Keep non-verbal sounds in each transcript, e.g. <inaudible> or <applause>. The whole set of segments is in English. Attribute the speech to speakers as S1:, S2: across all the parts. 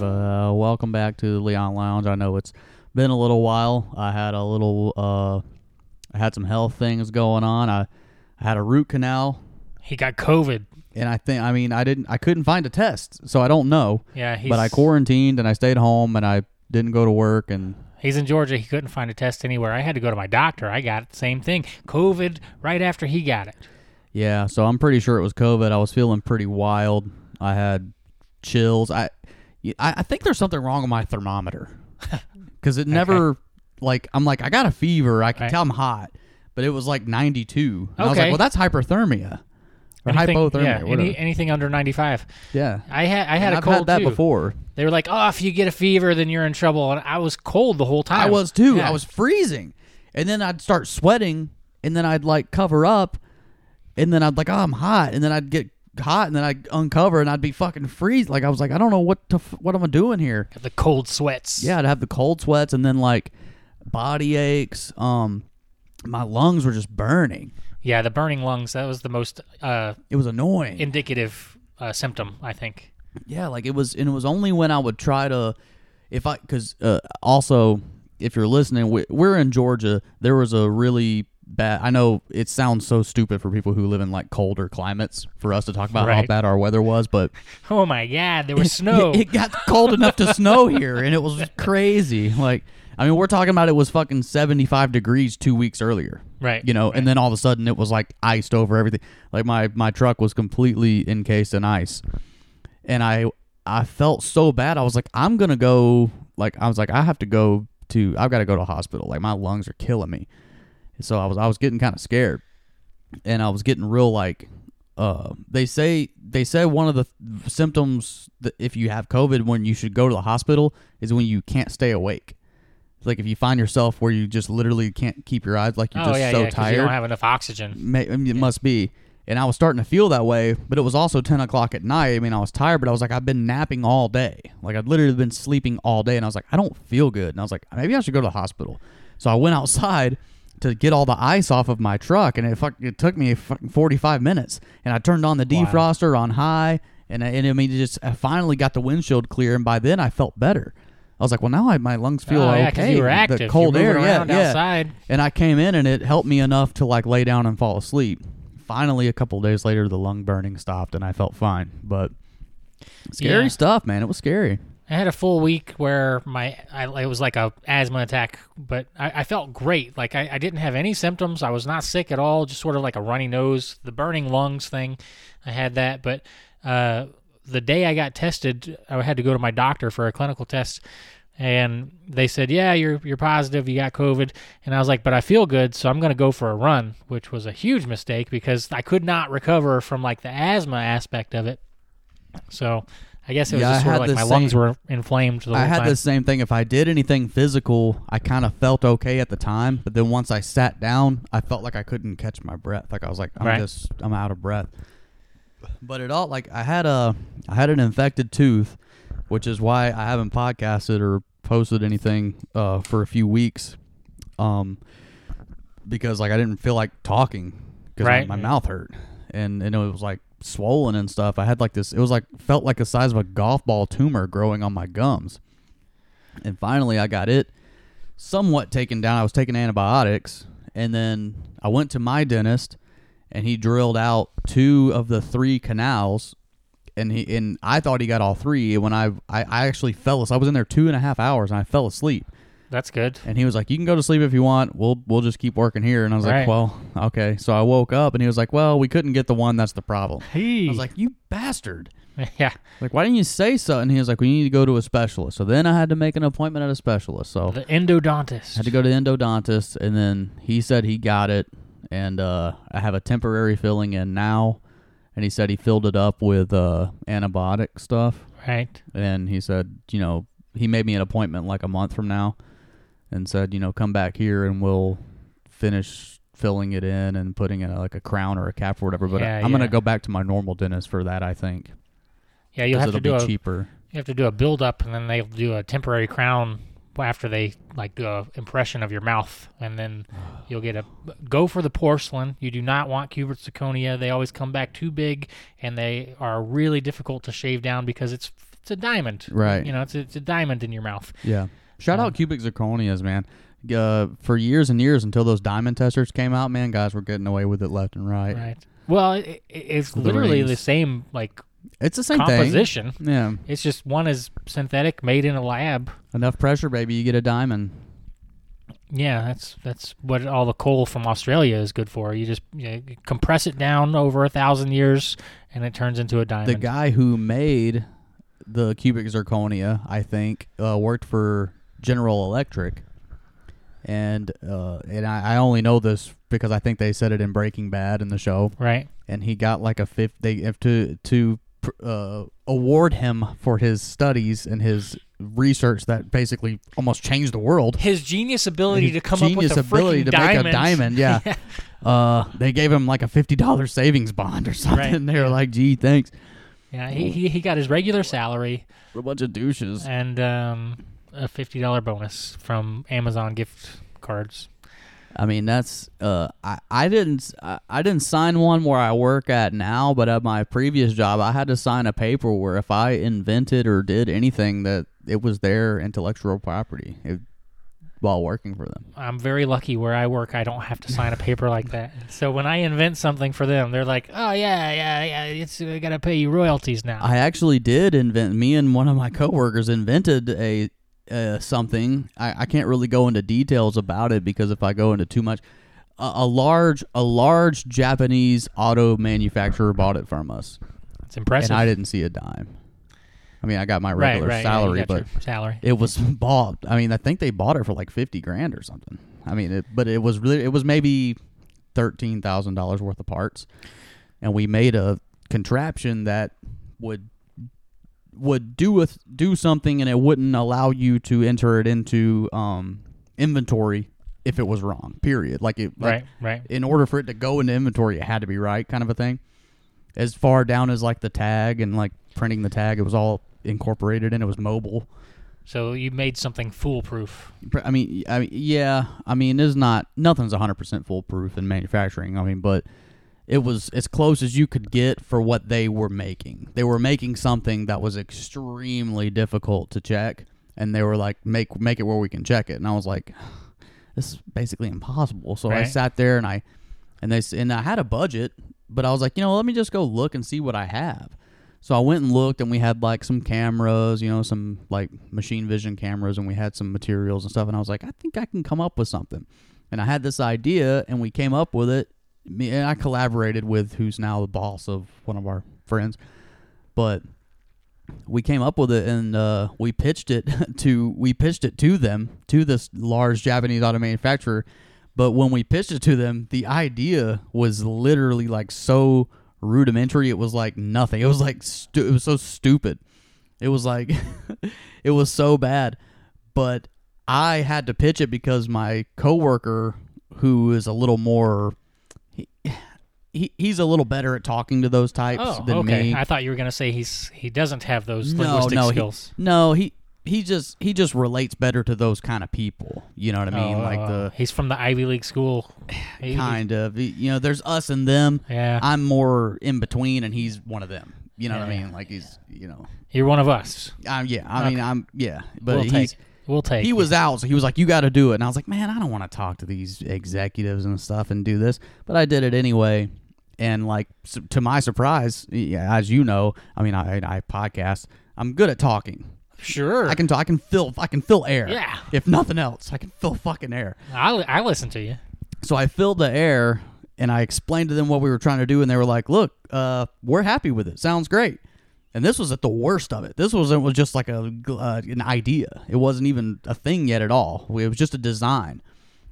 S1: Uh, welcome back to Leon Lounge. I know it's been a little while. I had a little, uh, I had some health things going on. I, I had a root canal,
S2: He got COVID.
S1: and I think, I mean, I didn't, I couldn't find a test, so I don't know.
S2: Yeah, he's,
S1: But I quarantined and I stayed home and I didn't go to work and
S2: he's in Georgia. He couldn't find a test anywhere. I had to go to my doctor. I got it. Same thing. COVID right after he got it.
S1: Yeah, so I'm pretty sure it was COVID. I was feeling pretty wild. I had chills. I y- I, I think there's something wrong with my thermometer
S2: <laughs>
S1: because it never like I'm like I got a fever. I can
S2: Right.
S1: tell I'm hot, but it was like 92. And I was like,
S2: Okay.
S1: well, that's hyperthermia or hypothermia.
S2: yeah,
S1: whatever.
S2: any, anything under 95.
S1: yeah,
S2: I had I had
S1: And
S2: a
S1: I've
S2: cold
S1: had that
S2: too.
S1: before.
S2: They were like, "Oh, if you get a fever, then you're in trouble." And I was cold the whole time.
S1: I was too.
S2: Yeah.
S1: I was freezing, and then I'd start sweating, and then I'd like cover up, and then I'd like, oh, I'm hot, and then I'd get hot, and then I'd uncover, and I'd be fucking freeze. Like I was like, I don't know what to f- what am I doing here?
S2: the cold sweats.
S1: Yeah, I'd have the cold sweats, and then like body aches. Um, my lungs were just burning.
S2: yeah. The burning lungs. That was the most uh,
S1: It was annoying.
S2: indicative uh, symptom, I think. <laughs>
S1: Yeah, like it was, and it was only when I would try to, if I, because uh, also, if you're listening, we, we're in Georgia. There was a really bad. I know it sounds so stupid for people who live in like colder climates for us to talk about how
S2: Right.
S1: bad our weather was, but
S2: Oh my God, there was
S1: <laughs>
S2: snow.
S1: it, it got cold enough to snow here, and it was just crazy. Like, I mean, we're talking about it was fucking 75 degrees two weeks earlier.
S2: Right,
S1: You know, and then all of a sudden it was like iced over everything. Like my my truck was completely encased in ice, and I I felt so bad. I was like, I'm gonna go. Like I was like, I have to go to. I've got to go to a hospital. Like my lungs are killing me. So I was I was getting kind of scared and I was getting real like uh they say they say one of the th- symptoms that if you have covid when you should go to the hospital is when you can't stay awake. It's like if you find yourself where you just literally can't keep your eyes like you're
S2: oh
S1: just
S2: yeah,
S1: so
S2: yeah. 'cause
S1: tired.
S2: You don't have enough oxygen.
S1: May, I mean, it must be. And I was starting to feel that way, but it was also 10 o'clock at night. I mean, I was tired, but I was like, I've been napping all day. Like, I'd literally been sleeping all day, and I was like, I don't feel good. And I was like, maybe I should go to the hospital. So I went <laughs> outside to get all the ice off of my truck, and it, fuck, it took me fucking 45 minutes. And I turned on the defroster on high, and I, and I mean, it just I finally got the windshield clear, and by then I felt better. I was like, well, now I, my lungs feel
S2: oh
S1: okay.
S2: yeah, you were active.
S1: The
S2: You're
S1: cold
S2: moving
S1: air, yeah,
S2: around
S1: yeah
S2: Outside.
S1: and I came in and it helped me enough to like lay down and fall asleep. Finally, a couple days later, the lung burning stopped and I felt fine. But scary
S2: Yeah.
S1: stuff, man. It was scary.
S2: I had a full week where my I, it was like a asthma attack, but I, I felt great. Like I, I didn't have any symptoms. I was not sick at all. Just sort of like a runny nose, the burning lungs thing. I had that, but uh, the day I got tested, I had to go to my doctor for a clinical test, and they said, "Yeah, you're you're positive. You got COVID." And I was like, "But I feel good, so I'm going to go for a run," which was a huge mistake because I could not recover from like the asthma aspect of it. So I guess it was
S1: Yeah, I
S2: just sort
S1: had
S2: of like
S1: the
S2: my lungs
S1: same-
S2: were inflamed the whole
S1: I had
S2: time.
S1: the same thing. If I did anything physical, I kind of felt okay at the time. But then once I sat down, I felt like I couldn't catch my breath. Like I was like, I'm
S2: Right.
S1: just, I'm out of breath. But it all like I had a, I had an infected tooth, which is why I haven't podcasted or posted anything uh, for a few weeks, um, because like I didn't feel like talking because
S2: Right.
S1: my, mouth hurt and and it was like swollen and stuff. I had like this. It was like felt like the size of a golf ball tumor growing on my gums. And finally, I got it somewhat taken down. I was taking antibiotics, and then I went to my dentist, and he drilled out two of the three canals, and he and I thought he got all three. And when I I, I actually fell asleep, I was in there two and a half hours, and I fell asleep.
S2: That's good.
S1: And he was like, "You can go to sleep if you want. We'll we'll just keep working here." And I was like,
S2: Right.
S1: "Well, okay." So I woke up, and he was like, "Well, we couldn't get the one. That's the problem." I was like, "You bastard!"
S2: <laughs> yeah.
S1: Like, why didn't you say so? And he was like, "We need to go to a specialist." So then I had to make an appointment at a specialist. So
S2: The
S1: had
S2: endodontist.
S1: to go to the endodontist, and then he said he got it, and uh, I have a temporary filling in now. And he said he filled it up with uh, antibiotic stuff,
S2: Right.
S1: and he said, you know, he made me an appointment like a month from now, and said, you know, come back here and we'll finish filling it in and putting in like a crown or a cap or whatever. But
S2: Yeah,
S1: I'm gonna
S2: yeah.
S1: go back to my normal dentist for that, I think,
S2: Yeah, you'll
S1: because
S2: have
S1: it'll
S2: to do
S1: be
S2: a
S1: cheaper.
S2: you have to do a build up and then they'll do a temporary crown after they like do a impression of your mouth
S1: <sighs>
S2: and then you'll get a go for the porcelain you do not want cubic zirconia they always come back too big and they are really difficult to shave down because it's it's a diamond,
S1: Right.
S2: You know, it's a, it's a diamond in your mouth.
S1: Yeah. Shout
S2: Um,
S1: out cubic zirconias, man. Uh, for years and years until those diamond testers came out, man, guys were getting away with it left and right.
S2: Right. Well, it, it- it's
S1: The
S2: literally
S1: rings.
S2: the same like
S1: It's the same
S2: composition.
S1: thing. Yeah.
S2: It's just one is synthetic, made in a lab.
S1: Enough pressure, baby, you get a diamond.
S2: Yeah, that's that's what all the coal from Australia is good for. You just you know, compress it down over a thousand years, and it turns into a diamond.
S1: The guy who made the cubic zirconia, I think, uh, worked for General Electric. And uh, and I, I only know this because I think they said it in Breaking Bad in the show.
S2: right?
S1: and he got like a fifth. They have to to pr- uh, award him for his studies and his research that basically almost changed the world.
S2: His genius ability
S1: His
S2: to come
S1: genius
S2: up with a
S1: ability
S2: freaking
S1: to
S2: diamond.
S1: make a
S2: <laughs>
S1: diamond. Yeah, Uh, they gave him like a fifty dollars savings bond or <laughs> something.
S2: Right,
S1: And they were like, "Gee, thanks."
S2: yeah, he, he he got his regular salary
S1: We're a bunch of douches.
S2: and um, a fifty dollar bonus from Amazon gift cards.
S1: I mean, that's uh, I I didn't I, I didn't sign one where I work at now, but at my previous job, I had to sign a paper where if I invented or did anything that it was their intellectual property it, while working for them.
S2: I'm very lucky where I work. I don't have to sign a paper like that. So when I invent something for them, they're like, "Oh yeah, yeah, yeah, it's we gotta pay you royalties now."
S1: I actually did invent. Me and one of my coworkers invented a uh, something. I, I can't really go into details about it because if I go into too much, a, a large a large Japanese auto manufacturer bought it from us.
S2: it's impressive.
S1: and I didn't see a dime. I mean, I got my
S2: right,
S1: regular
S2: right, yeah, you
S1: salary,
S2: got
S1: but
S2: your salary.
S1: it was <laughs> bought. I mean, I think they bought it for like fifty grand or something. I mean, it, but it was really it was maybe thirteen thousand dollars worth of parts, and we made a contraption that would would do a, do something, and it wouldn't allow you to enter it into um, inventory if it was wrong. Period. Like it, like,
S2: right, right.
S1: in order for it to go into inventory, it had to be right, kind of a thing. As far down as like the tag and like printing the tag, it was all incorporated and it was mobile.
S2: So you made something foolproof.
S1: I mean, I mean, yeah, I mean, it's not nothing's hundred percent foolproof in manufacturing. I mean, but it was as close as you could get for what they were making. They were making something that was extremely difficult to check, and they were like, "Make make it where we can check it." And I was like, <sighs> "This is basically impossible." So I
S2: Right.
S1: sat there and I and they s- and I had a budget, but I was like, you know, let me just go look and see what I have. So I went and looked, and we had like some cameras, you know, some like machine vision cameras, and we had some materials and stuff. And I was like, I think I can come up with something. And I had this idea, and we came up with it. Me and I collaborated with who's now the boss of one of our friends, but we came up with it and uh, we pitched it <laughs> to we pitched it to them to this large Japanese auto manufacturer. But when we pitched it to them, the idea was literally like so rudimentary. It was like nothing. It was like stu- it was so stupid. It was like <laughs> it was so bad. But I had to pitch it because my coworker, who is a little more, he, he he's a little better at talking to those types
S2: Oh,
S1: than
S2: okay.
S1: me.
S2: I thought you were gonna say he's he doesn't have those
S1: No,
S2: linguistic
S1: no, he-
S2: skills.
S1: No, he he just he just relates better to those kind of people. You know what I mean?
S2: Oh,
S1: like the
S2: he's from the Ivy
S1: <sighs>
S2: League school. Oh, He-
S1: kind of you know, there's us and them.
S2: Yeah,
S1: I'm more in between, and he's one of them. You know what I
S2: Yeah.
S1: mean? Like he's you know,
S2: you're one of us.
S1: I'm yeah. I mean, I'm yeah. But
S2: we'll
S1: he's
S2: take. We'll take.
S1: he was out, so he was like, "You got to do it," and I was like, "Man, I don't want to talk to these executives and stuff and do this," but I did it anyway. And like s to my surprise, yeah, as you know, I mean, I, I podcast. I'm good at talking.
S2: sure.
S1: I can talk. I can fill. I can fill air.
S2: Yeah.
S1: If nothing else, I can fill fucking air.
S2: I, I listen to you.
S1: So I filled the air and I explained to them what we were trying to do, and they were like, "Look, uh, we're happy with it. Sounds great." And this was at the worst of it. This wasn't was just like a uh, an idea. It wasn't even a thing yet at all. It was just a design,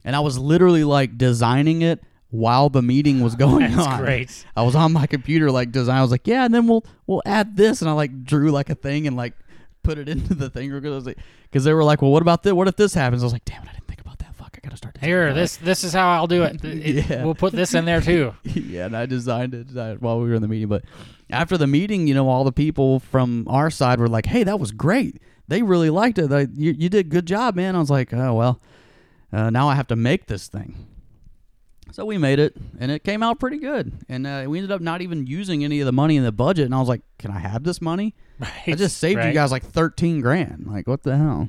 S1: and I was literally like designing it while the meeting
S2: <laughs>
S1: was going
S2: That's
S1: on.
S2: great.
S1: I was on my computer like design. I was like, yeah, and then we'll we'll add this, and I like drew like a thing and like put it <laughs> into the thing because like, 'cause they were like, well, what about this? What if this happens? I was like, damn it, I didn't think about that. Fuck, I gotta start. designing that."
S2: Here, this this is how I'll do it.
S1: <laughs>
S2: It-
S1: Yeah.
S2: We'll put this in there too.
S1: <laughs> yeah, and I designed it uh, while we were in the meeting. But after the meeting, you know, all the people from our side were like, "Hey, that was great. They really liked it. They, you, you did good job, man." I was like, "Oh well, uh, now I have to make this thing." So we made it, and it came out pretty good. And uh, we ended up not even using any of the money in the budget. And I was like, "Can I have this money?
S2: Right.
S1: I just saved you
S2: Right.
S1: guys like thirteen grand. Like, what the hell?"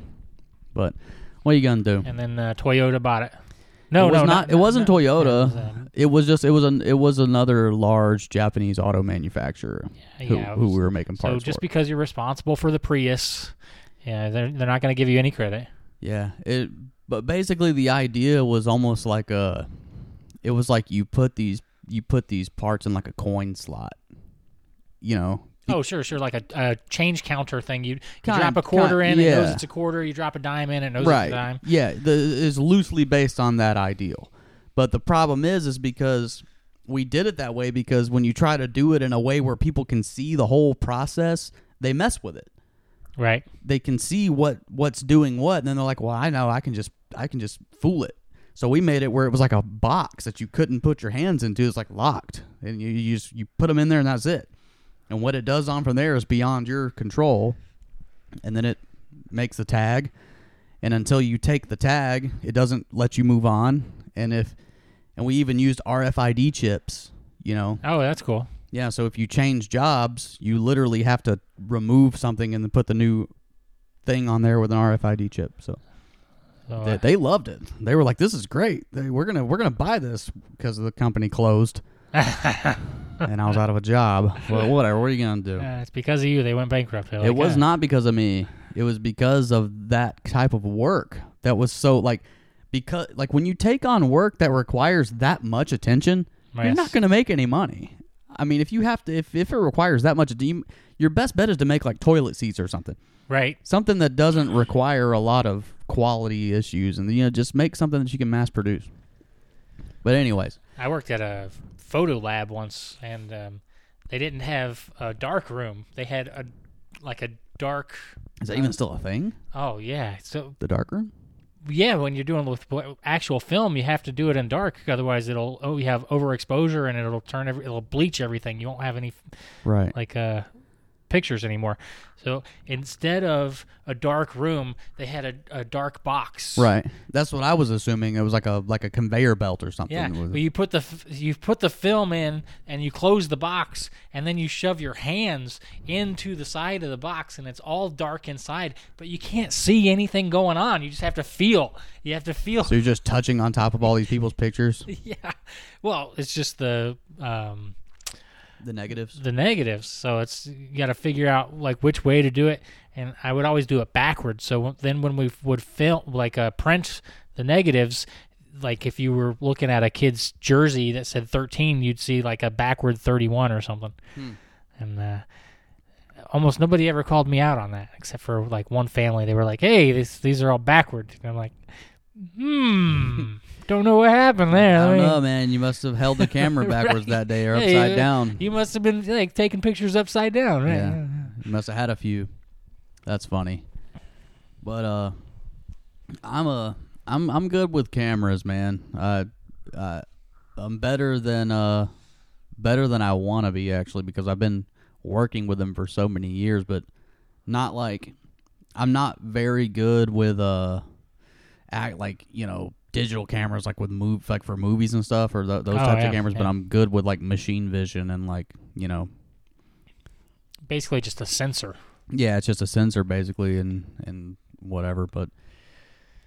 S1: But what are you gonna do?
S2: And then uh, Toyota bought it. No,
S1: it was
S2: no,
S1: not. It wasn't
S2: no.
S1: Toyota.
S2: It was, um,
S1: it was just. It was an. It was another large Japanese auto manufacturer who,
S2: yeah, it
S1: who
S2: was-
S1: we were making
S2: So
S1: parts
S2: just
S1: for.
S2: because you're responsible for the Prius, yeah, they're they're not going to give you any credit.
S1: yeah. It. But basically, the idea was almost like a. It was like you put these you put these parts in like a coin slot. You know,
S2: Oh, sure, sure, like a, a change counter thing. You, you
S1: Kind-
S2: drop a quarter
S1: kind-
S2: in, it knows
S1: yeah.
S2: it's a quarter. You drop a dime in, it knows it's a dime.
S1: Yeah, the, is loosely based on that ideal. But the problem is, is because we did it that way because when you try to do it in a way where people can see the whole process, they mess with it.
S2: Right.
S1: They can see what what's doing what, and then they're like, "Well, I know, I can just I can just fool it." So we made it where it was like a box that you couldn't put your hands into. It's like locked, and you, you just you put them in there, and that's it. And what it does on from there is beyond your control. And then it makes the tag, and until you take the tag, it doesn't let you move on. And if and we even used RFID chips, you know.
S2: Oh, that's cool.
S1: Yeah, so if you change jobs, you literally have to remove something and then put the new thing on there with an RFID chip. So
S2: So, uh,
S1: they, they loved it. They were like, "This is great. They, we're gonna we're gonna buy this because the company closed." and I was out of a job. Well, whatever. What are you gonna do?
S2: uh, it's because of you. They went bankrupt. They're
S1: it
S2: like,
S1: was
S2: "Uh,
S1: not because of me. It was because of that type of work that was so like because like when you take on work that requires that much attention, you're
S2: Yes.
S1: not going to make any money. I mean, if you have to if if it requires that much you, your best bet is to make like toilet seats or something.
S2: right.
S1: Something that doesn't require a lot of quality issues and you know just make something that you can mass produce. But anyways,
S2: I worked at a photo lab once, and um, they didn't have a dark room. They had a like a dark.
S1: is that
S2: Uh,
S1: even still a thing?
S2: Oh yeah, so
S1: The dark room?
S2: yeah, when you're doing with bl- actual film, you have to do it in dark. Otherwise, it'll oh you have overexposure, and it'll turn every, it'll bleach everything. You won't have any
S1: Right.
S2: like uh pictures anymore. So instead of a dark room, they had a, a dark box.
S1: Right. That's what I was assuming. It was like a like a conveyor belt or something.
S2: Yeah,
S1: It was-
S2: but you put the f- you put the film in, and you close the box, and then you shove your hands into the side of the box, and it's all dark inside, but you can't see anything going on. You just have to feel. You have to feel.
S1: So you're just touching on top of all these people's <laughs> pictures,
S2: <laughs> yeah. Well, it's just the um,
S1: the negatives.
S2: the negatives. So it's you got to figure out like which way to do it. And I would always do it backwards. So when- then when we would film like uh, print the negatives, like if you were looking at a kid's jersey that said 13, you'd see like a backward 31 or something.
S1: Hmm.
S2: And uh, almost nobody ever called me out on that except for like one family. They were like, "Hey, this, these are all backward." And I'm like,
S1: <laughs>
S2: "Hmm, don't know what happened there."
S1: I
S2: Let
S1: don't
S2: me-
S1: know, man. You must have held the <laughs> camera backwards that day or
S2: Yeah,
S1: upside
S2: you-
S1: down.
S2: You must have been like taking pictures upside down, right?
S1: Yeah. You must have had a few. That's funny. But uh I'm a I'm I'm good with cameras, man. I I I'm better than uh better than I want to be actually because I've been working with them for so many years, but not like I'm not very good with uh act like, you know, digital cameras like with move like for movies and stuff or tho- those
S2: Oh,
S1: types
S2: yeah,
S1: of cameras, but
S2: yeah.
S1: I'm good with like machine vision and like, you know,
S2: basically just a sensor.
S1: Yeah, it's just a sensor basically, and and whatever. But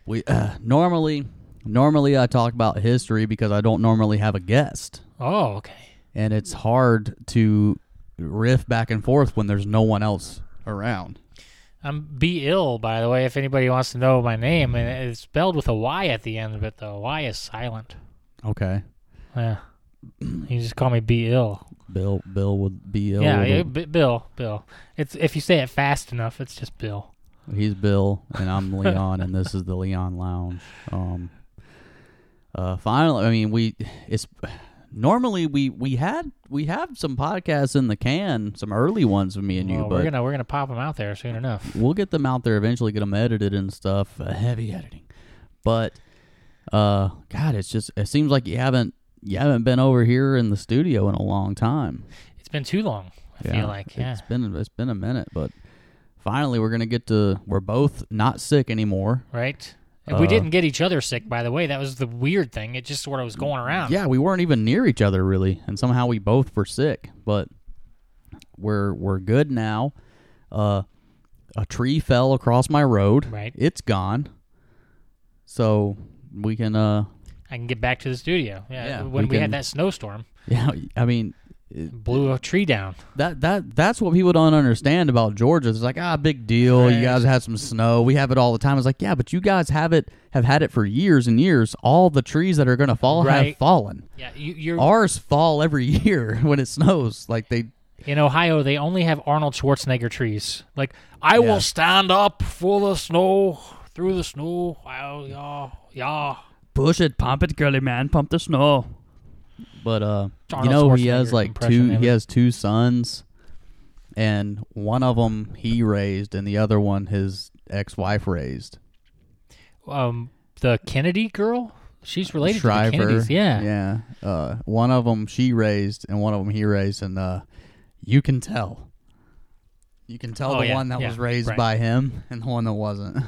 S1: we uh, normally normally I talk about history because I don't normally have a guest,
S2: Oh, okay.
S1: and it's hard to riff back and forth when there's no one else around.
S2: I'm B ill, by the way. If anybody wants to know my name, and it's spelled with a Y at the end of it. The Y is silent.
S1: Okay,
S2: Yeah. You just call me B ill.
S1: Bill Bill would be ill.
S2: Yeah,
S1: with
S2: yeah,
S1: a-
S2: B- Bill, Bill. It's if you say it fast enough, it's just Bill.
S1: He's Bill, and
S2: <laughs>
S1: I'm Leon, and this is the Leon Lounge. Um, uh, finally, I mean, we it's normally we we had we have some podcasts in the can, some early ones with me and you,
S2: Well,
S1: but
S2: we're gonna we're gonna pop them out there soon enough.
S1: we'll get them out there eventually, get them edited and stuff, uh, heavy editing. But uh, God, it's just it seems like you haven't you haven't been over here in the studio in a long time.
S2: It's been too long. I feel like yeah.
S1: it's been it's been a minute, but finally we're gonna get to we're both not sick anymore.
S2: Right. And
S1: Uh-huh.
S2: we didn't get each other sick, by the way. That was the weird thing. It just sort of was going around.
S1: Yeah, we weren't even near each other really, and somehow we both were sick, but we're we're good now. Uh, a tree fell across my road.
S2: Right.
S1: It's gone. So we can uh <laughs>
S2: I can get back to the studio. Yeah.
S1: Yeah,
S2: when
S1: we
S2: we, had
S1: can-
S2: that snowstorm,
S1: yeah, I mean
S2: blew a tree down.
S1: that that that's what people don't understand about Georgia. It's like, ah, big deal. You
S2: Right.
S1: guys had some snow. We have it all the time. It's like, yeah, but you guys have it have had it for years and years. All the trees that are gonna fall have
S2: Right.
S1: fallen.
S2: Yeah. You, you're
S1: Ours fall every <laughs> year when it snows. Like they
S2: in Ohio. They only have Arnold Schwarzenegger trees. Like I
S1: Yeah.
S2: will stand up for the snow through the snow. Wow. Yeah. Yeah.
S1: push it, pump it, girly man, pump the snow. But uh,
S2: Arnold
S1: you know he has
S2: Schwarzenegger
S1: like
S2: impression
S1: two.
S2: of
S1: He
S2: it.
S1: has two sons, and one of them he raised, and the other one his ex-wife raised.
S2: Um, the Kennedy girl. She's related
S1: Shriver,
S2: to the Kennedys. Yeah.
S1: yeah. Uh, one of them she raised, and one of them he raised, and uh, you can tell. You can tell
S2: Oh,
S1: the
S2: yeah,
S1: one that
S2: yeah,
S1: was raised
S2: right.
S1: by him and the one that wasn't. <laughs>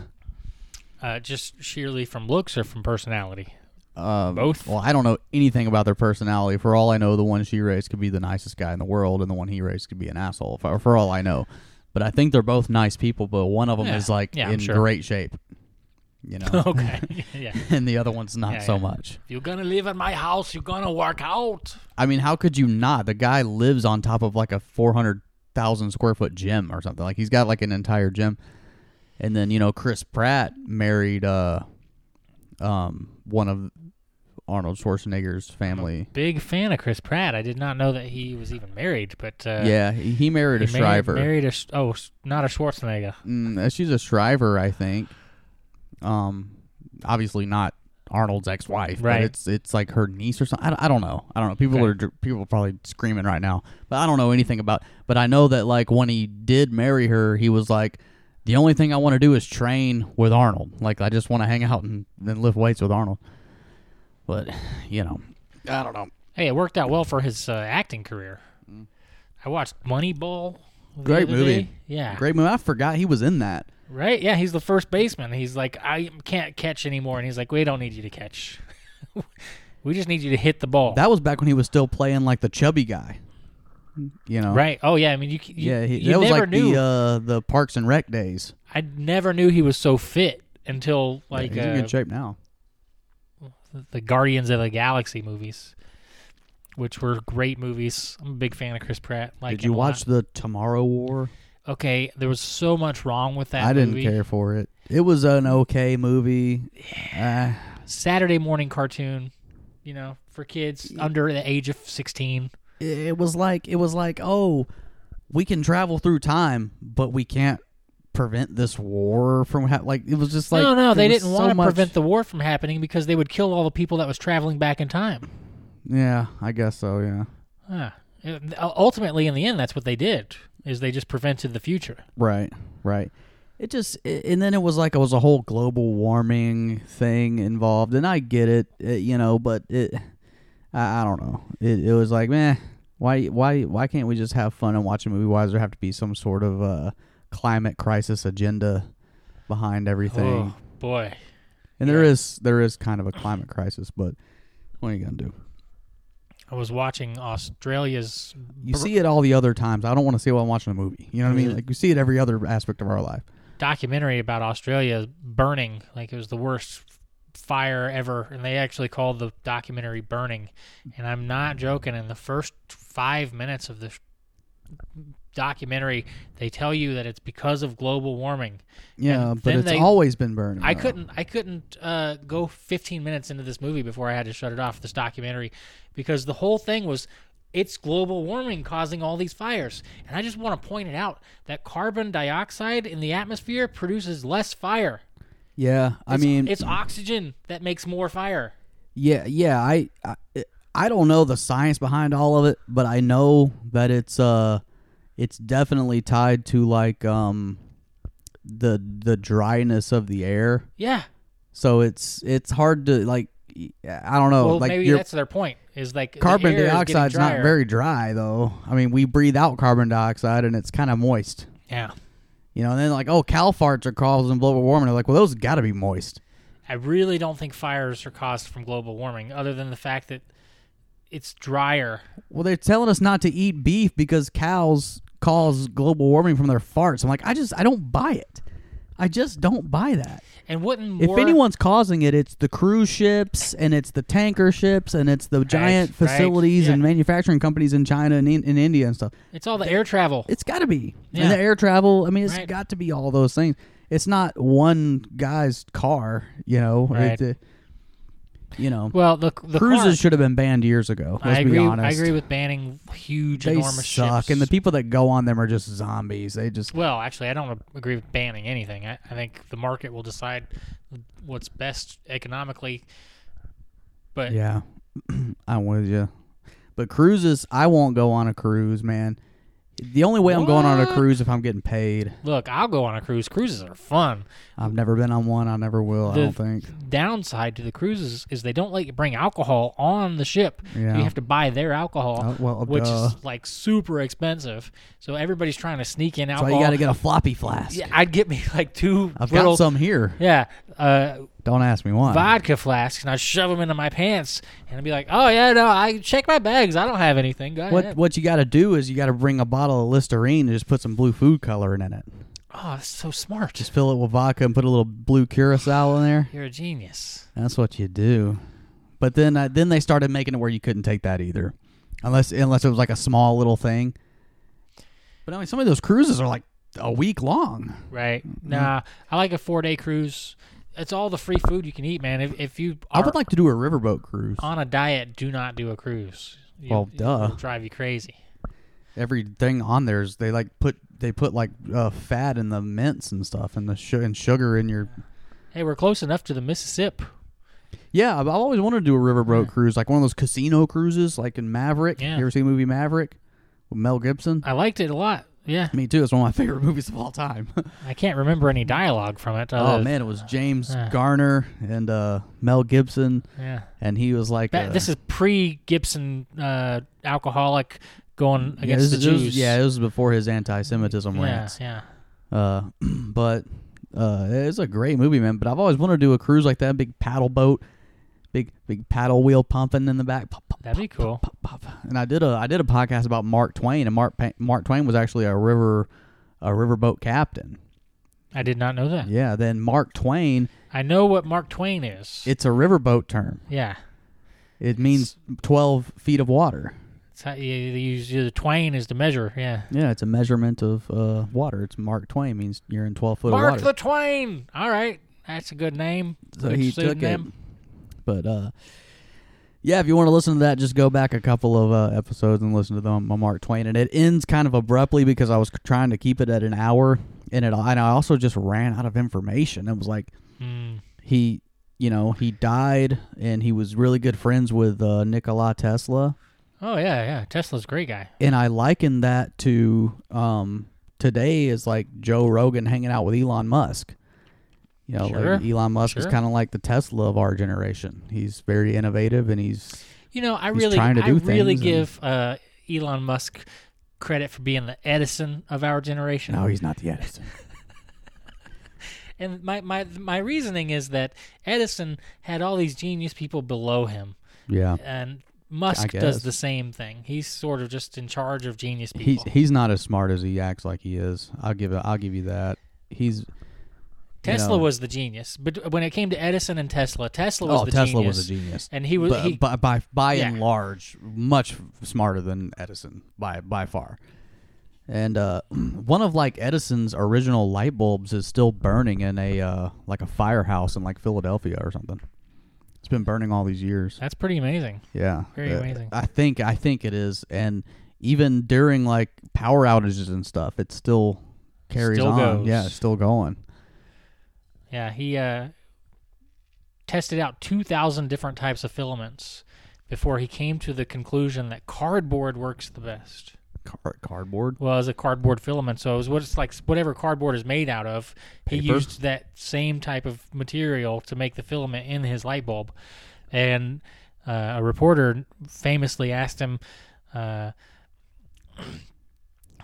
S2: Uh, just sheerly from looks or from personality.
S1: Uh,
S2: Both.
S1: Well, I don't know anything about their personality. For all I know, the one she raised could be the nicest guy in the world, and the one he raised could be an asshole. For, for all I know, but I think they're both nice people. But one of them
S2: Yeah.
S1: is like
S2: Yeah, I'm
S1: in
S2: sure.
S1: great shape, you know,
S2: <laughs> <laughs> okay. yeah.
S1: and the other one's not
S2: Yeah,
S1: so
S2: yeah.
S1: much.
S2: If you're gonna live at my house, you're gonna work out.
S1: I mean, how could you not? The guy lives on top of like a four hundred thousand square foot gym or something. Like he's got like an entire gym. And then you know Chris Pratt married uh, um, one of Arnold Schwarzenegger's family.
S2: Big fan of Chris Pratt. I did not know that he was even married, but uh,
S1: yeah, he he married
S2: he
S1: a
S2: mar-
S1: Shriver.
S2: Married a Sh- oh, s- not a Schwarzenegger.
S1: Mm, uh, she's a Shriver, I think. Um, obviously not Arnold's ex-wife,
S2: Right.
S1: But it's it's like her niece or something. I, don't- I don't know. I don't know. People
S2: Okay.
S1: are dr- people are probably screaming right now, but I don't know anything about. But I know that like when he did marry her, he was like, the only thing I want to do is train with Arnold. Like I just want to hang out and, and lift weights with Arnold. But you know, I don't know.
S2: Hey, it worked out well for his uh, acting career. I watched Moneyball. the
S1: Great
S2: other
S1: movie.
S2: day. Yeah.
S1: Great movie. I forgot he was in that.
S2: Right? Yeah, he's the first baseman. He's like, I can't catch anymore, and he's like, we don't need you to catch. <laughs> we just need you to hit the ball.
S1: That was back when he was still playing like the chubby guy. You know,
S2: right? Oh yeah. I mean, you c- you,
S1: Yeah, he,
S2: you
S1: that was
S2: never
S1: like
S2: knew.
S1: the uh, the Parks and Rec days.
S2: I never knew he was so fit until like
S1: He's in
S2: uh,
S1: good shape now.
S2: the Guardians of the Galaxy movies, which were great movies. I'm a big fan of Chris Pratt. Like
S1: Did you
S2: him a lot.
S1: watch the Tomorrow War?
S2: Okay, there was so much wrong with that.
S1: I didn't
S2: movie.
S1: care for it. It was an okay movie. Uh, Yeah.
S2: Saturday morning cartoon, you know, for kids under the age of 16.
S1: it it was like it was like oh, we can travel through time, but we can't prevent this war from ha- like it was just like
S2: no, no,
S1: there
S2: they
S1: was
S2: didn't
S1: so
S2: want to
S1: much-
S2: prevent the war from happening because they would kill all the people that was traveling back in time.
S1: Yeah, I guess so. Yeah,
S2: Huh. Uh, Ultimately, in the end, that's what they did. Is they just prevented the future.
S1: right, right. It just i- and then it was like it was a whole global warming thing involved, and I get it, uh, you know, but it. I, I don't know. It, it was like, man, why, why, why can't we just have fun and watch a movie? Why does there have to be some sort of uh, climate crisis agenda behind everything?
S2: Oh boy.
S1: and there
S2: yeah.
S1: is, there is kind of a climate crisis, but what are you gonna do?
S2: I was watching Australia's
S1: You
S2: Br-
S1: see it all the other times. I don't want to see it while I'm watching a movie. You know what I mean?
S2: Yeah.
S1: Like you see it every other aspect of our life.
S2: documentary about Australia burning. Like it was the worst fire ever, and they actually called the documentary "Burning." And I'm not joking. In the first five minutes of the sh- documentary, they tell you that it's because of global warming.
S1: Yeah,
S2: And
S1: but
S2: then
S1: it's
S2: they-
S1: always been burning.
S2: I
S1: though.
S2: couldn't. I couldn't uh, go 15 minutes into this movie before I had to shut it off. This documentary, because the whole thing was. It's global warming causing all these fires. And I just want to point it out that carbon dioxide in the atmosphere produces less fire.
S1: Yeah, I
S2: It's-
S1: mean,
S2: it's oxygen that makes more fire.
S1: Yeah, yeah. I, I I don't know the science behind all of it, but I know that it's uh it's definitely tied to like um the the dryness of the air.
S2: Yeah.
S1: So it's it's hard to like I don't know
S2: Well,
S1: Oh, like
S2: maybe
S1: your
S2: that's their point. Is like the
S1: carbon
S2: air is getting
S1: dioxide's not
S2: drier.
S1: very dry though. I mean, we breathe out carbon dioxide and it's kind of moist.
S2: Yeah.
S1: You know, and then like, oh, cow farts are causing global warming. They're like, well, those got to be moist.
S2: I really don't think fires are caused from global warming, other than the fact that it's drier.
S1: Well, they're telling us not to eat beef because cows cause global warming from their farts. I'm like, I just I don't buy it. I just don't buy that.
S2: And wouldn't more,
S1: If anyone's causing it, it's the cruise ships and it's the tanker ships and it's the giant
S2: right,
S1: facilities and
S2: yeah.
S1: manufacturing companies in China and in, in India and stuff.
S2: it's all the air travel.
S1: It's got to be.
S2: Yeah.
S1: And the air travel, I mean, it's
S2: Right.
S1: got to be all those things. It's not one guy's car, you know.
S2: Right.
S1: It, uh, you know,
S2: Well, the the
S1: cruises
S2: car-
S1: should have been banned years ago. Let's
S2: I
S1: be
S2: agree.
S1: honest.
S2: I agree with banning huge,
S1: They
S2: enormous
S1: suck,
S2: ships.
S1: and the people that go on them are just zombies. They just
S2: well, actually, I don't agree with banning anything. I, I think the market will decide what's best economically. But
S1: Yeah, <clears throat> I'm with you. But cruises, I won't go on a cruise, man. The only way I'm going on a
S2: What?
S1: cruise if I'm getting paid.
S2: look, I'll go on a cruise. Cruises are fun.
S1: I've never been on one. I never will. I
S2: The-
S1: don't think.
S2: Downside to the cruises is they don't let you bring alcohol on the ship.
S1: Yeah.
S2: You have to buy their alcohol,
S1: Oh, well,
S2: which
S1: duh.
S2: is like super expensive. So everybody's trying to sneak in
S1: That's why
S2: alcohol.
S1: you got to get a floppy flask.
S2: yeah, I'd get me <laughs> like two
S1: I've
S2: little
S1: got some here.
S2: yeah uh,
S1: Don't ask me why.
S2: vodka flasks, and I'd shove them into my pants, and I'd be like, "Oh yeah, no, I check my bags. I don't have anything." Go
S1: What
S2: ahead."
S1: what you got to do is you got to bring a bottle of Listerine and just put some blue food coloring in it.
S2: Oh, that's so smart.
S1: Just fill it with vodka and put a little blue curacao in there.
S2: You're a genius.
S1: That's what you do. But then uh, then they started making it where you couldn't take that either, unless unless it was like a small little thing. But I mean, some of those cruises are like a week long.
S2: Right?
S1: Mm-hmm.
S2: Nah, I like a four day cruise. It's all the free food you can eat, man. If, if you
S1: I
S2: are
S1: would like to do a riverboat cruise.
S2: on a diet, do not do a cruise. You,
S1: Well, duh.
S2: It'll drive you crazy.
S1: Everything on there's they like put they put like uh, fat in the mints and stuff and the su- and sugar in your.
S2: Hey, we're close enough to the Mississippi.
S1: Yeah, I've I've always wanted to do a riverboat cruise, like one of those casino cruises, like in Maverick.
S2: Yeah.
S1: You ever see the movie Maverick with Mel Gibson?
S2: I liked it a lot. Yeah,
S1: Me too. It's one of my <laughs> favorite movies of all time.
S2: I can't remember any dialogue from it.
S1: Oh
S2: other-
S1: man, it was James
S2: uh.
S1: Garner and uh, Mel Gibson,
S2: yeah.
S1: and he was like,
S2: That,
S1: uh,
S2: this is pre Gibson uh, alcoholic going
S1: yeah, this
S2: against the
S1: is- this was-
S2: Jews.
S1: yeah, it was before his anti-Semitism
S2: yeah,
S1: rants.
S2: yeah.
S1: Uh, <clears throat> but uh, it's a great movie, man. But I've always wanted to do a cruise like that, big paddle boat, big big paddle wheel pumping in the back. Pop, pop,
S2: That'd be cool.
S1: pop, pop. And I did a I did a podcast about Mark Twain, and Mark Pa- Mark Twain was actually a river a riverboat captain.
S2: I did not know that.
S1: Yeah, then Mark Twain,
S2: I know what Mark Twain is.
S1: it's a riverboat term.
S2: yeah.
S1: It means twelve feet of water.
S2: It's how, you, they use the Twain is the measure. Yeah.
S1: Yeah, it's a measurement of uh, water. It's Mark Twain means you're in twelve foot
S2: Mark
S1: of
S2: the
S1: water.
S2: Twain. All right. That's a good name.
S1: so
S2: good
S1: he took it.
S2: pseudonym.
S1: But uh, yeah, if you want to listen to that, just go back a couple of uh, episodes and listen to the my Mark Twain. And it ends kind of abruptly because I was trying to keep it at an hour, and it and I also just ran out of information. It was like
S2: Mm,
S1: he, you know, he died, and he was really good friends with uh, Nikola Tesla.
S2: Oh, yeah, yeah. Tesla's a great guy.
S1: and I liken that to um, today is like Joe Rogan hanging out with Elon Musk. You know, like
S2: Sure.
S1: Elon Musk is
S2: Sure.
S1: kind of like the Tesla of our generation. He's very innovative, and he's
S2: You know, I
S1: He's
S2: really,
S1: trying to
S2: I
S1: do
S2: really
S1: things and-
S2: give uh, Elon Musk credit for being the Edison of our generation.
S1: no, he's not the Edison.
S2: And my, my my reasoning is that Edison had all these genius people below him,
S1: yeah,
S2: and
S1: I
S2: Musk
S1: guess.
S2: does the same thing. He's sort of just in charge of genius
S1: he's
S2: people.
S1: he's not as smart as he acts like he is. I'll give it. I'll give you that. He's
S2: Tesla
S1: know-
S2: was the genius, but when it came to Edison and Tesla, Tesla was
S1: oh,
S2: the
S1: Tesla
S2: genius.
S1: was a genius,
S2: and he was
S1: but,
S2: he,
S1: by by, by
S2: Yeah.
S1: and large, much smarter than Edison by by far. And uh, <clears throat> one of like Edison's original light bulbs is still burning in a uh, like a firehouse in like Philadelphia or something. It's been burning all these years.
S2: that's pretty amazing.
S1: Yeah,
S2: Very
S1: Uh,
S2: amazing.
S1: I think I think it is, and even during like power outages and stuff, it still carries
S2: Still
S1: on.
S2: goes.
S1: Yeah, it's still going.
S2: Yeah, he uh, tested out 2,000 different types of filaments before he came to the conclusion that cardboard works the best.
S1: Car- cardboard.
S2: Well, it's a cardboard filament, so it was what it's like whatever cardboard is made out of. He
S1: Paper?
S2: used that same type of material to make the filament in his light bulb, and uh, a reporter famously asked him, uh, <clears throat>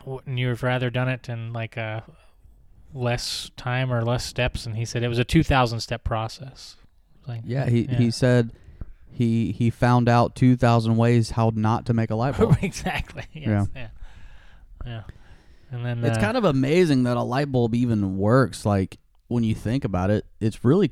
S2: "Wouldn't you have rather done it in like uh less time or less steps?" And he said it was a two thousand step process. thing.
S1: Yeah, he,
S2: Yeah.
S1: he said he he found out two thousand ways how not to make a light
S2: <laughs>
S1: bulb.
S2: <laughs> exactly. Yes. Yeah. Yeah. And then
S1: It's
S2: uh,
S1: kind of amazing that a light bulb even works. Like when you think about it, it's really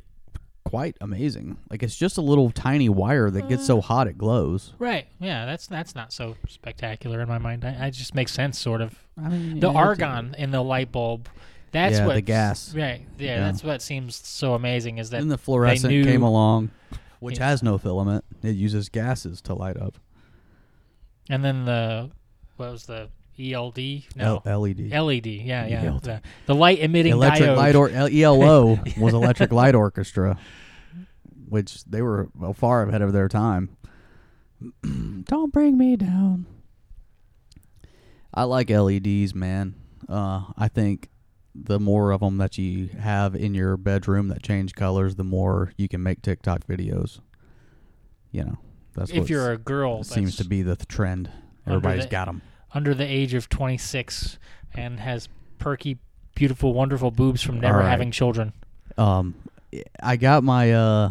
S1: quite amazing. Like it's just a little tiny wire that gets so hot it glows.
S2: right. Yeah, that's that's not so spectacular in my mind. I, it just makes sense, sort of.
S1: I mean,
S2: The argon in the light bulb. That's
S1: Yeah, the
S2: what
S1: gas.
S2: Right. Yeah,
S1: Yeah.
S2: that's what seems so amazing is that
S1: Then the fluorescent
S2: knew-
S1: came along, which
S2: Yeah.
S1: has no filament. It uses gases to light up.
S2: and then the what was the ELD? No.
S1: Oh, E L- LED.
S2: LED. Yeah, yeah.
S1: ELD.
S2: The, the light emitting
S1: Electric
S2: diode.
S1: Light or L-
S2: <laughs>
S1: ELO was Electric Light Orchestra, which they were well, far ahead of their time. <clears throat> Don't bring me down. I like LEDs, man. Uh, I think the more of them that you have in your bedroom that change colors, the more you can make TikTok videos. You know, that's
S2: if
S1: what
S2: you're a girl,
S1: seems to
S2: that's
S1: be the th- trend.
S2: Under
S1: Everybody's
S2: the-
S1: got 'em.
S2: under the age of 26 and has perky, beautiful, wonderful boobs from never
S1: All right.
S2: having children.
S1: Um, I got my uh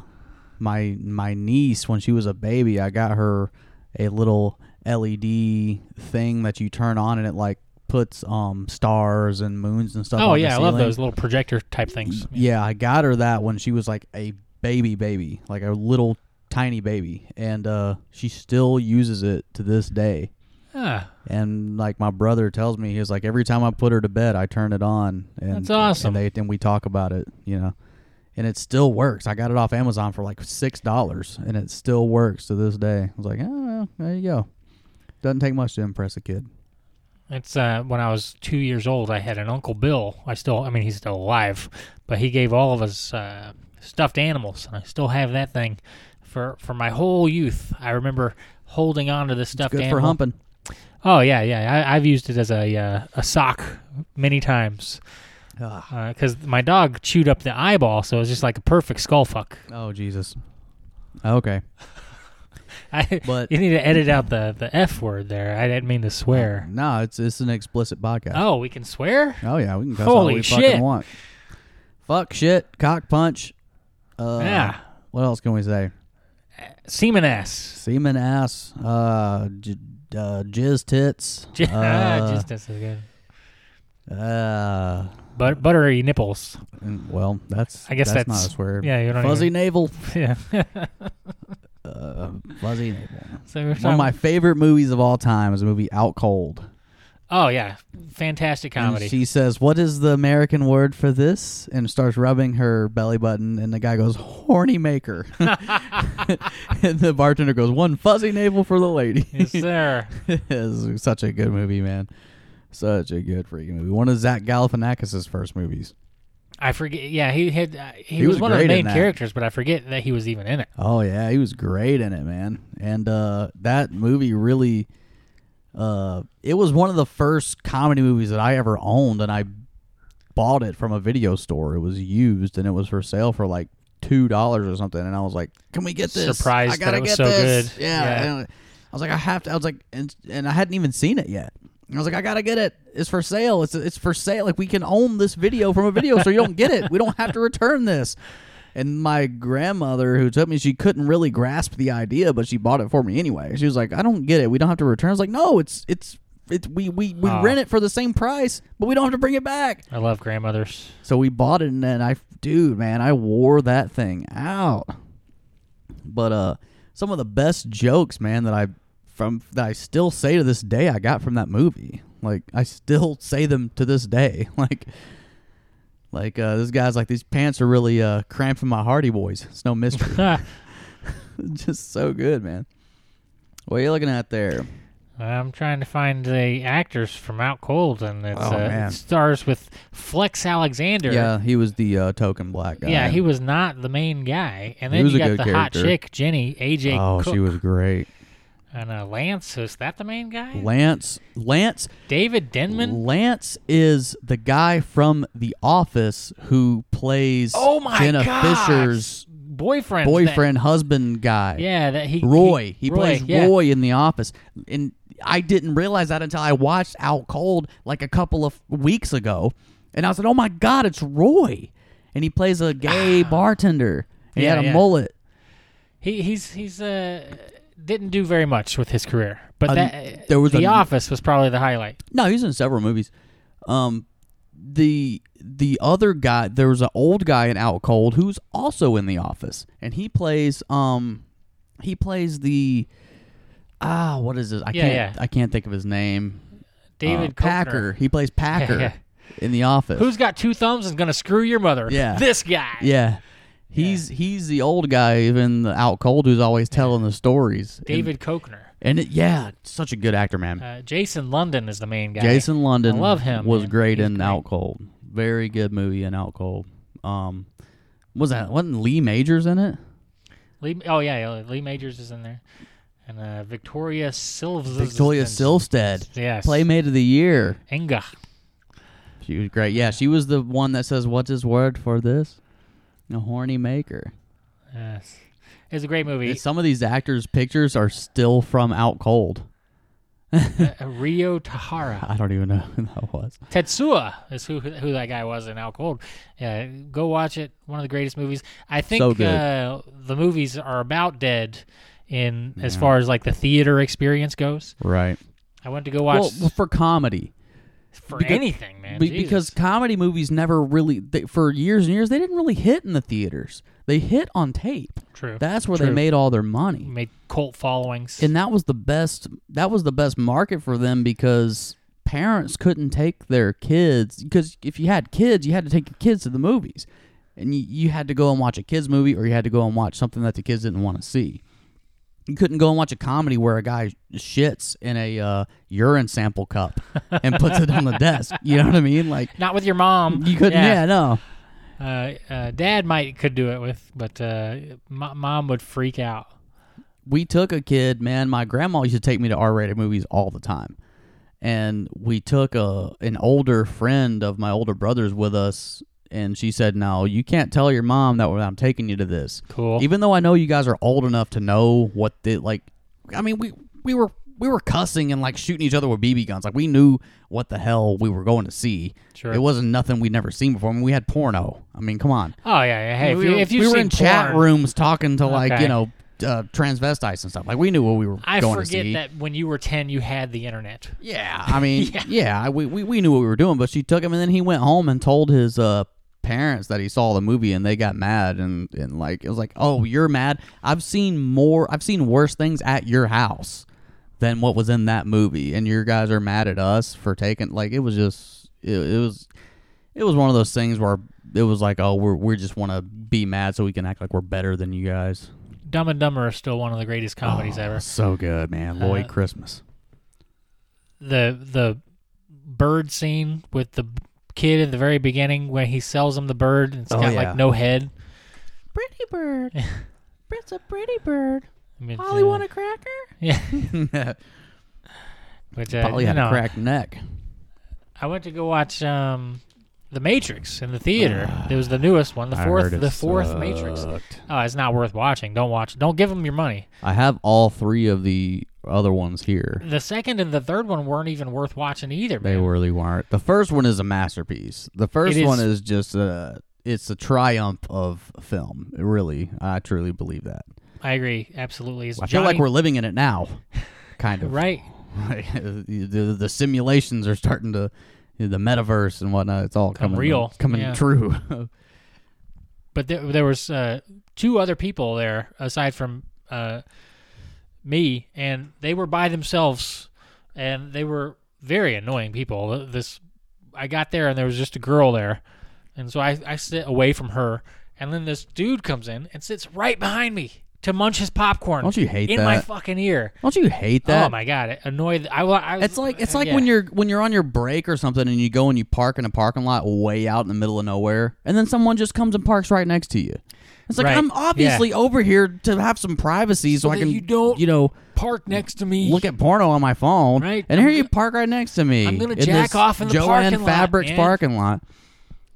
S1: my my niece when she was a baby. I got her a little LED thing that you turn on and it like puts um stars and moons and stuff.
S2: Oh
S1: on the
S2: yeah, I love
S1: ceiling.
S2: those little projector type things.
S1: Yeah, I got her that when she was like a baby baby, like a little tiny baby, and uh, she still uses it to this day.
S2: Ah,
S1: And like my brother tells me, he's like every time I put her to bed, I turn it on, and
S2: That's
S1: And,
S2: awesome.
S1: they, and we talk about it, you know, and it still works. I got it off Amazon for like six dollars, and it still works to this day. I was like, oh, well, there you go. Doesn't take much to impress a kid.
S2: it's uh, when I was two years old. I had an Uncle Bill. I still, I mean, he's still alive, but he gave all of us uh, stuffed animals, and I still have that thing for for my whole youth. I remember holding on to this stuffed
S1: Good
S2: animal.
S1: for humping.
S2: Oh yeah, yeah. I, I've used it as a uh, a sock many times
S1: Ah.
S2: because my dog chewed up the eyeball, so it was just like a perfect skull fuck. <laughs>
S1: Oh Jesus. Okay.
S2: I,
S1: But-
S2: you need to edit out the the f word there. I didn't mean to swear.
S1: No, it's it's an explicit podcast.
S2: Oh, we can swear.
S1: Oh yeah, we can cuss all
S2: Holy
S1: we
S2: shit.
S1: fucking want. Fuck shit, cock punch. Uh,
S2: yeah.
S1: What else can we say?
S2: Semen ass.
S1: Semen ass, uh, j- uh jizz
S2: <laughs>
S1: tits,
S2: J- ah,
S1: uh,
S2: just that's so good.
S1: uh,
S2: But buttery nipples.
S1: and- well, that's
S2: I guess
S1: that's,
S2: that's-
S1: not a swear.
S2: Yeah, you don't
S1: fuzzy
S2: even- <laughs>
S1: navel, <laughs>
S2: Yeah.
S1: uh, fuzzy navel.
S2: so we're
S1: One
S2: talking,
S1: of my favorite movies of all time is the movie Out Cold.
S2: oh yeah, fantastic
S1: And
S2: comedy.
S1: she says, "What is the American word for this?" and starts rubbing her belly button, and the guy goes, "Horny
S2: <laughs>
S1: maker," <laughs> and the bartender goes, "One fuzzy navel for the lady."
S2: yes, sir.
S1: <laughs> it's such a good movie, man. Such a good freaking movie. One of Zach Galifianakis' first movies.
S2: I forget. Yeah, he had. Uh, he,
S1: He
S2: was,
S1: was
S2: one of the
S1: great in
S2: main
S1: that.
S2: characters, but I forget that he was even in it.
S1: Oh yeah, he was great in it, man. And uh, that movie really, uh, it was one of the first comedy movies that I ever owned, and I bought it from a video store. It was used, and it was for sale for like two dollars or something. And I was like, "Can we get this?"
S2: Surprised
S1: I gotta
S2: that it was
S1: get
S2: so
S1: this.
S2: good.
S1: Yeah.
S2: Yeah.
S1: And I was like, I have to. I was like, and, and I hadn't even seen it yet. And I was like, I gotta get it. It's for sale. It's it's for sale. Like we can own this video from a video, so you don't get it. We don't have to return this. And my grandmother, who took me, she couldn't really grasp the idea, but she bought it for me anyway. She was like, "I don't get it. We don't have to return." I was like, "No, it's it's it's we we we
S2: Ah.
S1: rent it for the same price, but we don't have to bring it back."
S2: I love grandmothers. <laughs>
S1: So we bought it, and then I, dude, man, I wore that thing out. But uh, some of the best jokes, man, that I from that I still say to this day, I got from that movie. Like I still say them to this day. <laughs> Like, like uh, this guy's like, these pants are really uh cramping my Hardy Boys. It's no mystery. <laughs>
S2: I'm
S1: Just so good, man. What are you looking at there?
S2: trying to find the actors from Out Cold, and it's,
S1: Oh,
S2: uh,
S1: man.
S2: it stars with Flex Alexander.
S1: Yeah, he was the uh, token black guy.
S2: Yeah, he was not the main guy. And then
S1: was
S2: you
S1: a
S2: got the
S1: good
S2: hot
S1: character.
S2: chick, Jenny, AJ
S1: Oh,
S2: Cook,
S1: she was great.
S2: and uh, Lance. Is that the main guy?
S1: Lance, Lance
S2: David Denman.
S1: Lance is the guy from The Office who plays
S2: Oh my
S1: Jenna
S2: gosh.
S1: Fisher's
S2: Boyfriend. that-
S1: boyfriend, husband guy.
S2: yeah, that he
S1: Roy. He,
S2: Roy,
S1: plays
S2: yeah.
S1: Roy in The Office. And I didn't realize that until I watched Out Cold like a couple of weeks ago. And I was like, oh my God, it's Roy. And he plays a gay bartender. He
S2: Ah. Yeah,
S1: had a
S2: yeah.
S1: mullet.
S2: He he's he's uh didn't do very much with his career, but
S1: Um,
S2: that
S1: there was
S2: The
S1: a-
S2: Office was probably the highlight.
S1: No, he's in several movies. Um, the the other guy, there was an old guy in Out Cold who's also in The Office, and he plays um, he plays the ah, what is this? I
S2: Yeah,
S1: can't
S2: yeah.
S1: I can't think of his name.
S2: David
S1: Uh,
S2: Koechner.
S1: Packer. He plays Packer
S2: <laughs> yeah.
S1: in The Office.
S2: Who's got two thumbs and gonna screw your mother?
S1: Yeah.
S2: This guy.
S1: yeah. He's he's the old guy even the out cold who's always telling the stories.
S2: David Kochner.
S1: and, and it, yeah, such a good actor, man.
S2: Uh, Jason London is the main guy.
S1: Jason London
S2: I love him,
S1: was
S2: man.
S1: great
S2: He's
S1: in
S2: great.
S1: Out Cold. Very good movie in Out Cold. Um was that wasn't Lee Majors in it?
S2: Lee, oh yeah, yeah, Lee Majors is in there, and uh, Victoria Silves.
S1: Victoria Silvstead.
S2: Yes.
S1: Playmate of the Year.
S2: Inga.
S1: She was great. Yeah, she was the one that says, What's his word for this? A horny maker.
S2: Yes. It's a great movie.
S1: Some of these actors' pictures are still from Out Cold.
S2: Uh, Rio Tahara.
S1: I don't even know <laughs> who that was.
S2: Tetsuya is who who that guy was in Out Cold. Yeah, go watch it. One of the greatest movies. I think
S1: So good.
S2: Uh, the movies are about dead in as far as like the theater experience goes.
S1: Right.
S2: I went to go watch
S1: Well, well, for comedy.
S2: for
S1: because-
S2: anything, man.
S1: Be-
S2: Jesus.
S1: because comedy movies never really, they, for years and years, they didn't really hit in the theaters. They hit on tape.
S2: true,
S1: That's where they
S2: True. Mm.
S1: made all their money,
S2: made cult followings.
S1: and that was the best. That was the best market for them because parents couldn't take their kids because if you had kids, you had to take your kids to the movies, and you, you had to go and watch a kids movie or you had to go and watch something that the kids didn't want to see. You couldn't go and watch a comedy where a guy shits in a uh, urine sample cup and puts it on the desk. You know what I mean? Like
S2: Not with your mom.
S1: you couldn't. Yeah, no.
S2: Uh, uh, dad might could do it with, but uh, mo- mom would freak out.
S1: we took a kid, man. My grandma used to take me to R-rated movies all the time, and we took a an older friend of my older brother's with us, and she said, "No, you can't tell your mom that I'm taking you to this."
S2: Cool.
S1: Even though I know you guys are old enough to know what the like, I mean, we we were we were cussing and like shooting each other with BB guns. Like we knew what the hell we were going to see.
S2: Sure.
S1: It wasn't nothing we'd never seen before. I mean, we had porno. I mean, come on
S2: oh yeah, yeah. Hey,
S1: we,
S2: if, you,
S1: were-
S2: if you've
S1: we were
S2: seen
S1: in chat
S2: porn-
S1: rooms talking to like
S2: Okay.
S1: you know uh, transvestites and stuff. Like we knew what we were
S2: I
S1: going to
S2: forget
S1: see.
S2: that when you were ten, you had the internet.
S1: Yeah, I mean, <laughs> yeah, I- we, we we knew what we were doing. But she took him, and then he went home and told his uh, parents that he saw the movie, and they got mad and and like it was like, oh, you're mad. I've seen more. I've seen worse things at your house than what was in that movie, and your guys are mad at us for taking. Like it was just it, it was. It was one of those things where it was like, oh, we're, we just want to be mad so we can act like we're better than you guys.
S2: Dumb and Dumber is still one of the greatest comedies
S1: Oh,
S2: ever.
S1: So good, man. Lloyd
S2: Uh,
S1: Christmas.
S2: The the bird scene with the b- kid at the very beginning when he sells him the bird and it's
S1: Oh,
S2: got
S1: yeah.
S2: like no head.
S1: Pretty bird.
S2: <laughs>
S1: It's a pretty bird.
S2: I mean,
S1: Polly
S2: uh,
S1: want a cracker?
S2: <laughs>
S1: <laughs>
S2: yeah. But uh,
S1: Polly
S2: you
S1: had
S2: know,
S1: a cracked neck.
S2: I went to go watch um, The Matrix in the theater.
S1: Ah.
S2: it was the newest one, the fourth, the fourth
S1: uh,
S2: Matrix. Oh, it's not worth watching. Don't watch. Don't give them your money.
S1: I have all three of the other ones here.
S2: The second and the third one weren't even worth watching either.
S1: They
S2: man.
S1: really weren't. The first one is a masterpiece. The first
S2: It is-
S1: one is just a. It's a triumph of film. Really, I truly believe that.
S2: I agree, absolutely. It's
S1: I feel like
S2: Johnny-
S1: we're living in it
S2: <laughs>
S1: now, kind of.
S2: right.
S1: the, <laughs> the- the simulations are starting to, the metaverse and whatnot. It's all
S2: Come
S1: coming
S2: real.
S1: coming
S2: Yeah.
S1: true. <laughs>
S2: But there, there was uh, two other people there aside from uh, me, and they were by themselves, and they were very annoying people. This, I got there, and there was just a girl there, and so I, I sit away from her, and then this dude comes in and sits right behind me to munch his popcorn.
S1: Don't you hate
S2: in my
S1: that?
S2: fucking ear?
S1: Don't you hate that?
S2: oh my god, it annoyed. I, wa- I uh,
S1: It's like it's like
S2: yeah.
S1: when you're when you're on your break or something and you go and you park in a parking lot way out in the middle of nowhere and then someone just comes and parks right next to you. It's like
S2: Right.
S1: I'm obviously over here to have some privacy so, I
S2: that
S1: can
S2: you don't-
S1: you know
S2: parked next to me.
S1: look at porno on my phone.
S2: Right.
S1: And
S2: I'm
S1: here you
S2: go-
S1: park right next to me.
S2: I'm gonna
S1: in
S2: jack
S1: this
S2: off in the
S1: Joann
S2: parking lot,
S1: Fabrics
S2: man.
S1: parking lot.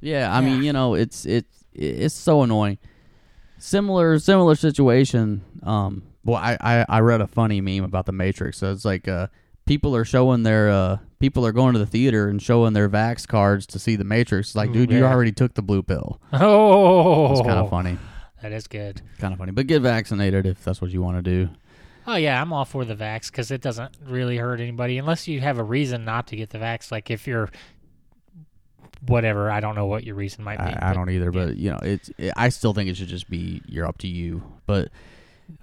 S1: Yeah, I mean,
S2: Yeah.
S1: you know, it's it's it's so annoying. Similar similar situation. Um well I, I, I read a funny meme about the Matrix. So it's like uh people are showing their uh people are going to the theater and showing their vax cards to see the Matrix. It's like, dude, you
S2: Mm, yeah.
S1: already took the blue pill.
S2: <laughs> oh,
S1: It's kinda funny.
S2: That is good.
S1: Kind of funny, but get vaccinated if that's what you want to do.
S2: Oh yeah, I'm all for the vax because it doesn't really hurt anybody unless you have a reason not to get the vax. Like if you're whatever, I don't know what your reason might be.
S1: I, I don't either, but you know, it's. It, I still think it should just be you're up to you. But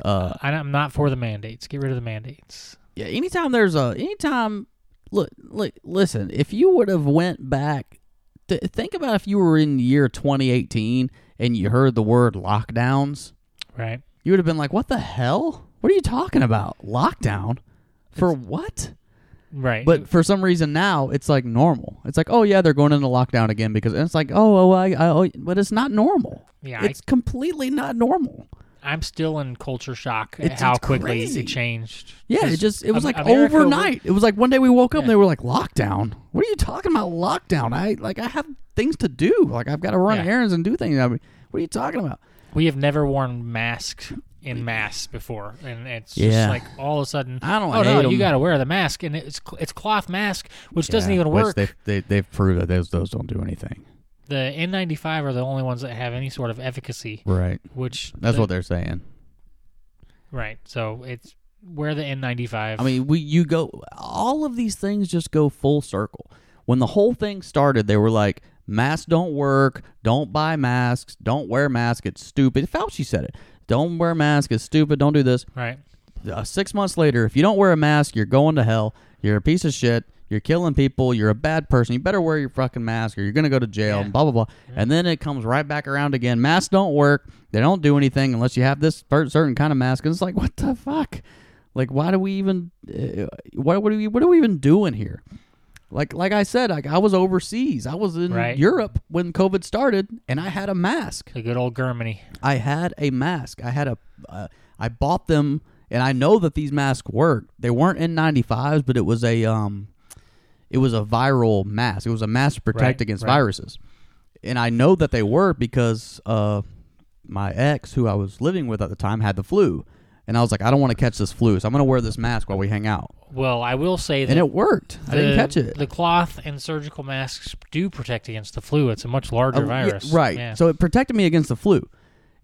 S1: uh,
S2: I- I'm not for the mandates. Get rid of the mandates.
S1: yeah, anytime there's a anytime, look, look, listen. If you would have went back, th- think about if you were in year 2018 and you heard the word lockdowns,
S2: Right.
S1: you would have been like, "What the hell? What are you talking about? Lockdown for what?"
S2: Right.
S1: But for some reason now it's like normal. It's like, oh yeah, they're going into lockdown again because and it's like, oh, oh, I, I oh, but it's not normal.
S2: yeah,
S1: It's completely not normal.
S2: I, I'm still in culture shock at
S1: It's-
S2: how
S1: it's
S2: quickly
S1: crazy.
S2: it changed.
S1: Yeah,
S2: 'Cause
S1: it just it was
S2: Am-
S1: like
S2: America wa-
S1: overnight. It was like one day we woke up and
S2: Yeah.
S1: they were like lockdown. What are you talking about lockdown? I like I have things to do. Like I've got to run
S2: Yeah.
S1: errands and do things. I mean, what are you talking about?
S2: We have never worn masks in mass before, and it's
S1: Yeah.
S2: just like all of a sudden.
S1: I don't
S2: Oh no,
S1: hate 'em.
S2: you got to wear the mask, and it's cl- it's cloth mask, which doesn't
S1: Yeah,
S2: even
S1: which
S2: work.
S1: They, they they've proved that those those don't do anything.
S2: the N95 are the only ones that have any sort of efficacy.
S1: Right.
S2: Which
S1: That's
S2: the-
S1: what they're saying.
S2: right. So it's wear the N95.
S1: I mean, we you go all of these things just go full circle. When the whole thing started, they were like, masks don't work, don't buy masks, don't wear masks, it's stupid. Fauci said it. Don't wear masks, it's stupid, don't do this.
S2: right.
S1: Uh, six months later, if you don't wear a mask, you're going to hell. You're a piece of shit. You're killing people. You're a bad person. You better wear your fucking mask or you're going to go to jail
S2: Yeah.
S1: and blah, blah, blah. And then it comes right back around again. Masks don't work. They don't do anything unless you have this per- certain kind of mask. And it's like, what the fuck? Like, why do we even, uh, what, what, are we, what are we even doing here? Like, like I said, like I was overseas. I was in
S2: Right.
S1: Europe when COVID started and I had a mask.
S2: The good old Germany.
S1: I had a mask. I had a. Uh, I bought them, and I know that these masks worked. They weren't N95s, but it was a um, it was a viral mask. It was a mask to protect
S2: Right,
S1: against
S2: right.
S1: viruses, and I know that they were because uh, my ex, who I was living with at the time, had the flu, and I was like, I don't want to catch this flu, so I'm gonna wear this mask while we hang out,
S2: Well, I will say that
S1: and it worked. I didn't catch it.
S2: The cloth and surgical masks do protect against the flu. It's a much larger
S1: Uh, yeah,
S2: virus.
S1: right.
S2: Yeah.
S1: So it protected me against the flu.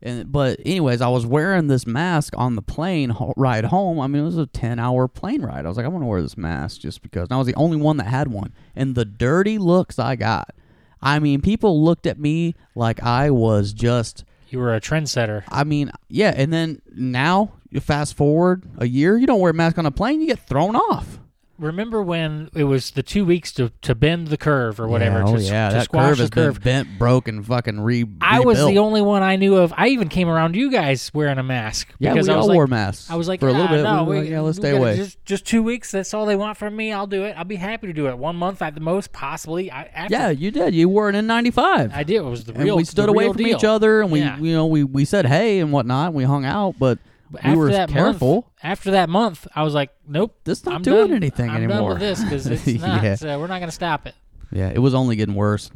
S1: And but anyways, I was wearing this mask on the plane ho- ride home. I mean, it was a 10-hour plane ride. I was like, I'm going to wear this mask just because. And I was the only one that had one. And the dirty looks I got. I mean, people looked at me like I was just
S2: you were a trendsetter.
S1: I mean, yeah, and then now you fast forward a year, you don't wear a mask on a plane, you get thrown off.
S2: Remember when it was the two weeks to, to bend the curve or whatever?
S1: Yeah, oh
S2: to, s-
S1: yeah,
S2: to
S1: that
S2: squash
S1: curve
S2: the
S1: has
S2: curve.
S1: been bent, broken, fucking re.
S2: I was the
S1: rebuilt.
S2: only one I knew of. I even came around you guys wearing a mask
S1: Yeah,
S2: because
S1: we
S2: I was
S1: all
S2: like,
S1: wore masks.
S2: I was like,
S1: for a little
S2: "Ah,
S1: bit.
S2: No,
S1: we were
S2: we-
S1: like, yeah, let's
S2: we
S1: stay
S2: gotta
S1: away.
S2: Just, just two weeks. That's all they want from me. I'll do it. I'll be happy to do it. One month at the most, possibly. I, after,
S1: Yeah, you did. You wore an N95.
S2: I did. It was the
S1: and
S2: real.
S1: we stood
S2: the
S1: away
S2: real
S1: from
S2: deal.
S1: each other, and we,
S2: Yeah.
S1: you know, we, we said hey and whatnot. And we hung out, but,
S2: But
S1: we
S2: after
S1: were
S2: that
S1: careful.
S2: Month, after that month, I was like, nope.
S1: This not
S2: I'm
S1: doing
S2: done.
S1: anything
S2: I'm
S1: anymore.
S2: Done with this
S1: <laughs>
S2: because it's not.
S1: Yeah.
S2: so we're not going to stop it.
S1: Yeah, it was only getting worse.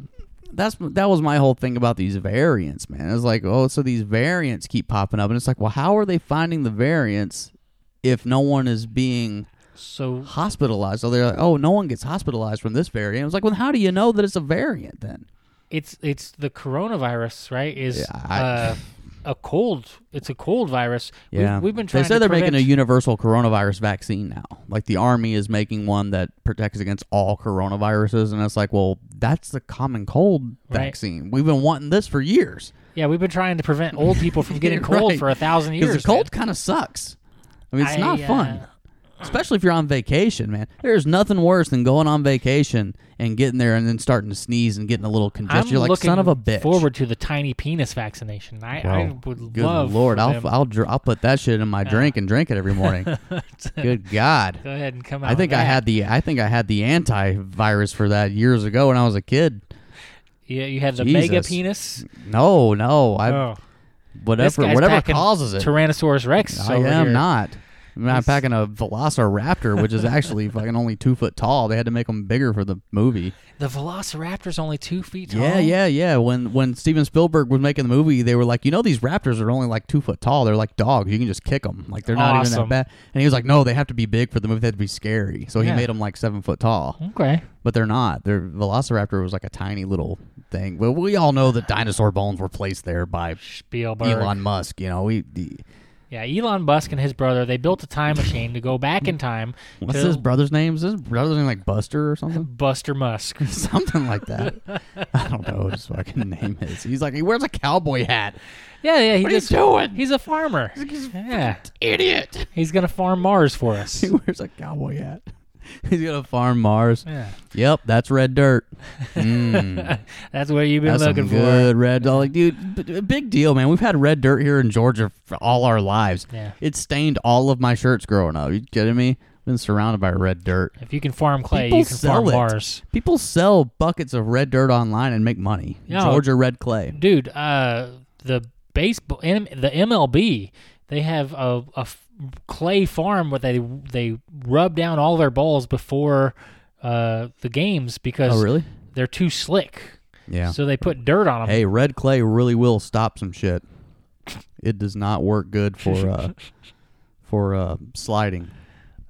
S1: That's that was my whole thing about these variants, man. It was like, oh, so these variants keep popping up, and it's like, well, how are they finding the variants if no one is being
S2: So
S1: hospitalized? So they're like, oh, no one gets hospitalized from this variant. I was like, well, how do you know that it's a variant then?
S2: it's it's the coronavirus, right? Is
S1: Yeah, I-
S2: uh, a cold? It's a cold virus.
S1: Yeah,
S2: we've, we've been trying.
S1: They said
S2: to
S1: they're
S2: prevent,
S1: making a universal coronavirus vaccine now. Like the army is making one that protects against all coronaviruses, and it's like, well, that's the common cold
S2: Right.
S1: vaccine. We've been wanting this for years
S2: yeah, we've been trying to prevent old people
S1: <laughs>
S2: from getting
S1: Right.
S2: cold for a thousand
S1: because
S2: years.
S1: the cold kind of sucks. I mean, it's
S2: I,
S1: not
S2: uh,
S1: fun, especially if you're on vacation, man. There's nothing worse than going on vacation and getting there and then starting to sneeze and getting a little
S2: man.
S1: congestion.
S2: I'm
S1: you're like,
S2: looking
S1: son of a bitch.
S2: Forward to the tiny penis vaccination. I, I
S1: Well,
S2: would
S1: Good
S2: love.
S1: lord,
S2: for
S1: I'll
S2: them Uh.
S1: I'll dr- I'll put that shit in my drink and drink it every
S2: <laughs>
S1: morning.
S2: to
S1: Good God.
S2: Go ahead and come out.
S1: I think
S2: with
S1: I
S2: that.
S1: had the I think I had the antivirus for that years ago when I was a kid.
S2: Yeah, you have the mega
S1: Jesus.
S2: penis.
S1: No, no, I
S2: oh, this
S1: whatever
S2: guy's
S1: whatever
S2: packing
S1: causes it.
S2: Tyrannosaurus Rex.
S1: I
S2: over
S1: am
S2: here.
S1: not. I'm not packing a Velociraptor, which is actually fucking only two foot tall. They had to make them bigger for the movie.
S2: The Velociraptor's only two feet tall.
S1: Yeah, yeah, yeah. When when Steven Spielberg was making the movie, they were like, you know, these raptors are only like two foot tall. They're like dogs. You can just kick them. Like they're not even
S2: Awesome.
S1: that bad. And he was like, no, they have to be big for the movie. They have to be scary. So he
S2: Yeah.
S1: made them like seven foot tall,
S2: Okay.
S1: but they're not. Their Velociraptor was like a tiny little thing. Well, we all know that dinosaur bones were placed there by
S2: Spielberg.
S1: Elon Musk. You know, we. The,
S2: Yeah, Elon Musk and his brother, they built a time machine to go back in time
S1: <laughs> what's
S2: to
S1: his brother's name? Is his brother's name like Buster or something?
S2: <laughs>
S1: <laughs>
S2: Buster Musk.
S1: something like that. I don't know what his fucking name is. He's like he wears a cowboy hat.
S2: Yeah, yeah. He
S1: What are you
S2: just,
S1: doing?
S2: He's a farmer.
S1: <laughs>
S2: yeah.
S1: Idiot.
S2: He's going to farm Mars for
S1: <laughs>
S2: us.
S1: He wears a cowboy hat. <laughs> He's gonna farm Mars.
S2: Yeah.
S1: Yep, that's red
S2: <laughs>
S1: dirt. Mm,
S2: That's what you've been
S1: that's some
S2: looking for.
S1: good red. I'm Like, dude, b- b- big deal, man. We've had red dirt here in Georgia for all our lives.
S2: Yeah.
S1: It stained all of my shirts growing up. You kidding me? Been surrounded by red dirt.
S2: If you can farm clay,
S1: People
S2: you can farm
S1: sell it.
S2: Mars.
S1: People sell buckets of red dirt online and make money.
S2: Yeah.
S1: Georgia red clay.
S2: Dude, uh, the baseball, M- the MLB, they have a, a f- clay farm where they they rub down all their balls before uh, the games because
S1: Oh, really?
S2: they're too slick.
S1: Yeah.
S2: So they put dirt on them.
S1: Hey, red clay really will stop some shit. It does not work good for
S2: <laughs>
S1: uh for uh sliding.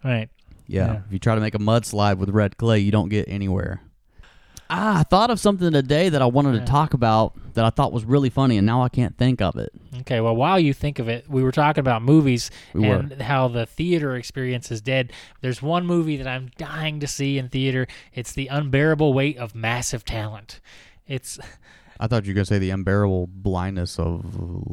S2: Right.
S1: Yeah.
S2: Yeah.
S1: If you try to make a mudslide with red clay, you don't get anywhere. Ah, I thought of something today that I wanted to
S2: Yeah.
S1: talk about that I thought was really funny and now I can't think of it.
S2: Okay, well, while you think of it, we were talking about movies
S1: We were.
S2: and how the theater experience is dead. There's one movie that I'm dying to see in theater. It's The Unbearable Weight of Massive Talent. It's
S1: I thought you were gonna say the unbearable blindness of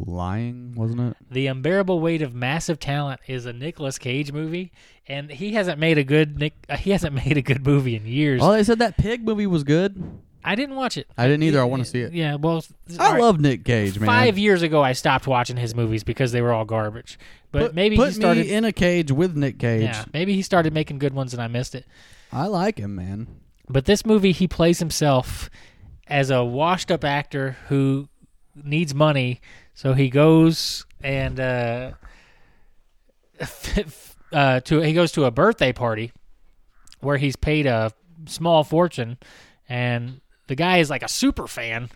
S1: lying, wasn't it?
S2: The Unbearable Weight of Massive Talent is a Nicolas Cage movie, and he hasn't made a good Nick, uh, he hasn't <laughs> made a good movie in years.
S1: Oh, they said that pig movie was good.
S2: I didn't watch it.
S1: I didn't either. I want to see it.
S2: Yeah, well, all
S1: I
S2: right.
S1: love Nick Cage, man.
S2: Five years ago, I stopped watching his movies because they were all garbage. But
S1: Put-
S2: maybe
S1: put
S2: he started.
S1: me in a cage with Nick Cage.
S2: yeah, maybe he started making good ones and I missed it.
S1: I like him, man.
S2: But this movie, he plays himself as a washed up actor who needs money. So he goes and uh, <laughs> uh, to he goes to a birthday party where he's paid a small fortune, and the guy is like a super fan,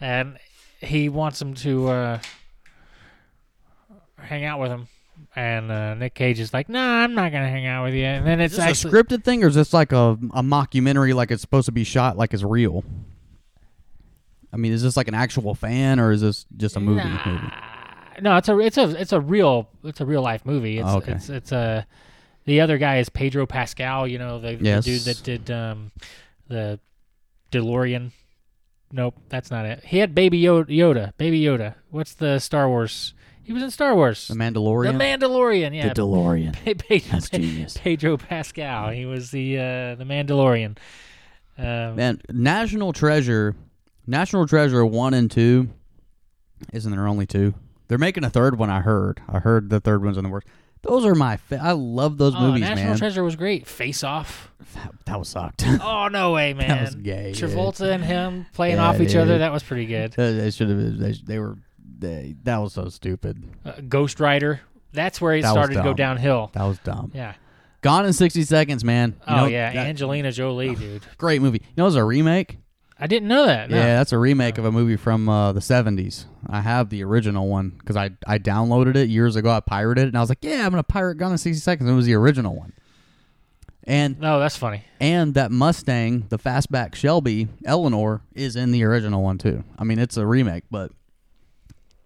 S2: and he wants him to uh, hang out with him. And uh, Nick Cage is like, "Nah, I'm not gonna hang out with you." And then it's
S1: Is this
S2: actually
S1: a scripted thing, or is this like a, a mockumentary, like it's supposed to be shot like it's real? I mean, is this like an actual fan, or is this just a movie?
S2: Nah.
S1: movie?
S2: No, it's a it's a it's a real it's a real life movie. It's
S1: Oh, okay.
S2: it's it's a the other guy is Pedro Pascal. You know the, the
S1: Yes.
S2: dude that did um the DeLorean. Nope, that's not it. He had Baby Yo- Yoda. Baby Yoda. What's the Star Wars? He was in Star Wars.
S1: The Mandalorian.
S2: The Mandalorian. Yeah.
S1: DeLorean.
S2: <laughs> Pe- Pe- <laughs>
S1: That's genius.
S2: Pedro Pascal. He was the uh, the Mandalorian. Um,
S1: Man, National Treasure, National Treasure one and two. Isn't there only two? They're making a third one. I heard. I heard the third one's in the works. Those are my. Fa- I love those
S2: oh,
S1: movies,
S2: National
S1: man.
S2: Treasure was great. Face Off.
S1: that, that was sucked. <laughs>
S2: Oh no way, man!
S1: was gay, dude.
S2: Travolta and
S1: <laughs>
S2: him playing
S1: Yeah,
S2: off each other.
S1: dude.
S2: That was pretty good.
S1: they they should have. They, they were. They, that was so stupid.
S2: Uh, Ghost Rider. That's where it
S1: That was
S2: started to go
S1: dumb.
S2: downhill.
S1: That was dumb.
S2: Yeah.
S1: Gone in sixty seconds, man. You
S2: oh
S1: know,
S2: yeah,
S1: that-
S2: Angelina Jolie, dude.
S1: great movie. You know, it's a remake.
S2: I didn't know that. no.
S1: Yeah, that's a remake of a movie from uh, the '70s. I have the original one because I I downloaded it years ago. I pirated it, and I was like, "Yeah, I'm gonna pirate Gone in 60 Seconds." It was the original one, and
S2: No, that's funny.
S1: and that Mustang, the fastback Shelby Eleanor, is in the original one too. I mean, it's a remake, but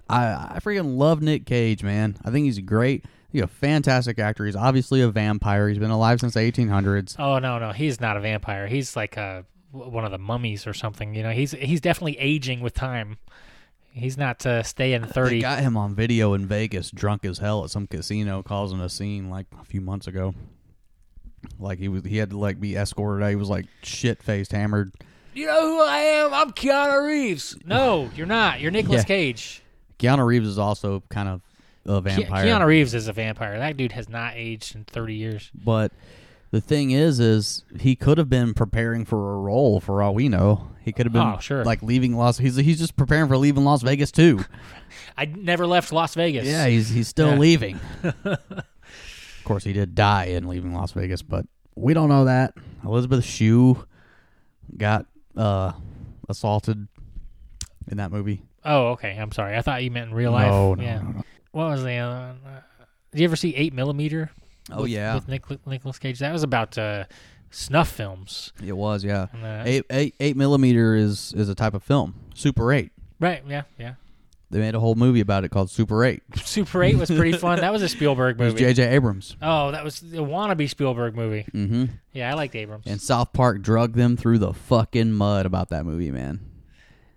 S1: I I freaking love Nick Cage, man. I think he's great. He's a fantastic actor. He's obviously a vampire. He's been alive since the 1800s.
S2: Oh no, no, he's not a vampire. He's like a w- one of the mummies or something. You know, he's he's definitely aging with time. He's not uh, staying
S1: They
S2: thirty.
S1: got him on video in Vegas, drunk as hell at some casino, causing a scene like a few months ago. Like he was, he had to like be escorted. out. He was like shit faced, hammered.
S2: You know who I am? I'm Keanu Reeves. No, you're not. You're Nicolas
S1: Yeah.
S2: Cage.
S1: Keanu Reeves is also kind of a
S2: Ke-
S1: vampire.
S2: Keanu Reeves is a vampire. That dude has not aged in thirty years.
S1: But the thing is, is he could have been preparing for a role for all we know. He could have been
S2: Oh, sure.
S1: like leaving Las. He's he's just preparing for leaving Las Vegas too.
S2: I never left Las Vegas. <laughs>
S1: yeah, he's he's still
S2: Yeah.
S1: leaving. course, he did die in leaving Las Vegas, but we don't know that. Elizabeth Shue got uh, assaulted in that movie.
S2: Oh, okay. I'm sorry. I thought you meant in real life.
S1: No, no,
S2: yeah.
S1: no, no.
S2: What was the other one? Uh, Did you ever see Eight Millimeter?
S1: Oh
S2: with,
S1: yeah,
S2: With Nic- Nicolas Cage, that was about uh, snuff films.
S1: it was yeah.
S2: And, uh,
S1: Eight, eight, eight millimeter is is a type of film. Super eight.
S2: Right. Yeah. Yeah.
S1: They made a whole movie about it called Super Eight.
S2: Super Eight was pretty fun. That was a
S1: <laughs>
S2: Spielberg
S1: It was
S2: movie.
S1: J.J. Abrams.
S2: oh, that was the wannabe Spielberg movie.
S1: Mm-hmm.
S2: Yeah, I liked Abrams.
S1: And South Park drug them through the fucking mud about that movie, man.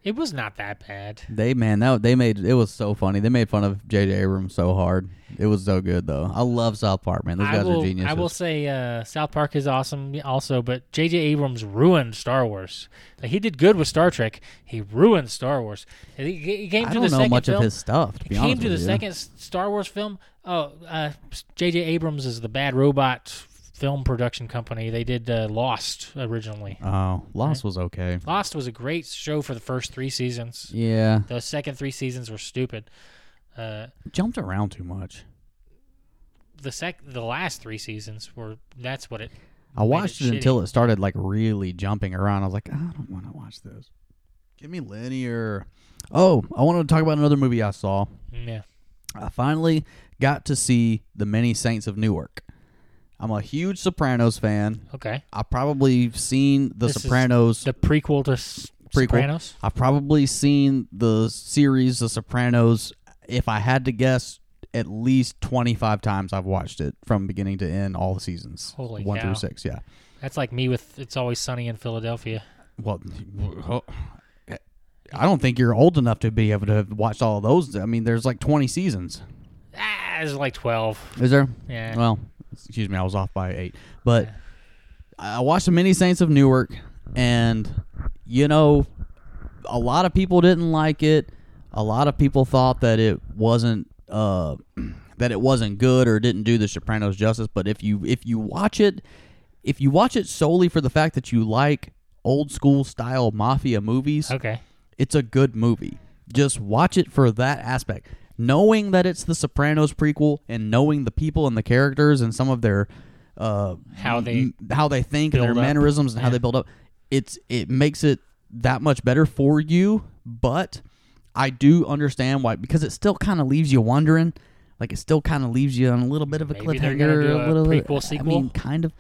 S2: it was not that bad.
S1: They man, that they made it was so funny. They made fun of J.J. Abrams so hard. It was so good though. I love South Park, man. Those
S2: I
S1: guys
S2: will,
S1: are geniuses.
S2: I will say uh, South Park is awesome also, but J.J. Abrams ruined Star Wars. Like, he did good with Star Trek. He ruined Star Wars. He, he came
S1: I
S2: to
S1: don't
S2: the
S1: know
S2: second
S1: much
S2: film,
S1: of his stuff. To
S2: It
S1: be
S2: came
S1: honest
S2: to the
S1: with you.
S2: second S- Star Wars film. Oh, uh, J.J. Abrams is the bad robot film production company. They did uh, Lost originally.
S1: Oh, Lost was okay.
S2: Lost was a great show for the first three seasons.
S1: Yeah,
S2: The second three seasons were stupid. Uh,
S1: jumped around too much.
S2: the sec, the last three seasons were that's what it.
S1: I watched
S2: it
S1: it, until it started like really jumping around. I was like, I don't want to watch this. Give me linear. Oh, I wanted to talk about another movie I saw.
S2: Yeah,
S1: I finally got to see The Many Saints of Newark. I'm a huge Sopranos fan.
S2: okay.
S1: I've probably seen The
S2: This is
S1: Sopranos.
S2: The prequel to S-
S1: Prequel.
S2: Sopranos.
S1: I've probably seen the series The Sopranos. If I had to guess, at least 25 times I've watched it from beginning to end, all the seasons.
S2: Holy
S1: One
S2: cow.
S1: through six, yeah.
S2: That's like me with It's Always Sunny in Philadelphia.
S1: Well, I don't think you're old enough to be able to have watched all of those. I mean, there's like 20 seasons.
S2: Ah, it was like twelve.
S1: Is there?
S2: Yeah.
S1: Well, excuse me, I was off by eight. But I watched the Many Saints of Newark,
S2: Uh-huh.
S1: and you know, a lot of people didn't like it. A lot of people thought that it wasn't uh, <clears throat> that it wasn't good or didn't do the Sopranos justice. But if you if you watch it, if you watch it solely for the fact that you like old school style mafia movies,
S2: okay.
S1: it's a good movie. Just watch it for that aspect. Knowing that it's the Sopranos prequel and knowing the people and the characters and some of their uh,
S2: How they
S1: m- how they think and their
S2: build up.
S1: mannerisms and how
S2: Yeah.
S1: they build up, it's it makes it that much better for you. But I do understand why because it still kind of leaves you wondering, like it still kind of leaves you on a little bit of a
S2: Maybe they're
S1: cliffhanger,
S2: gonna do a
S1: little bit-
S2: prequel,
S1: I
S2: sequel?
S1: mean, kind of,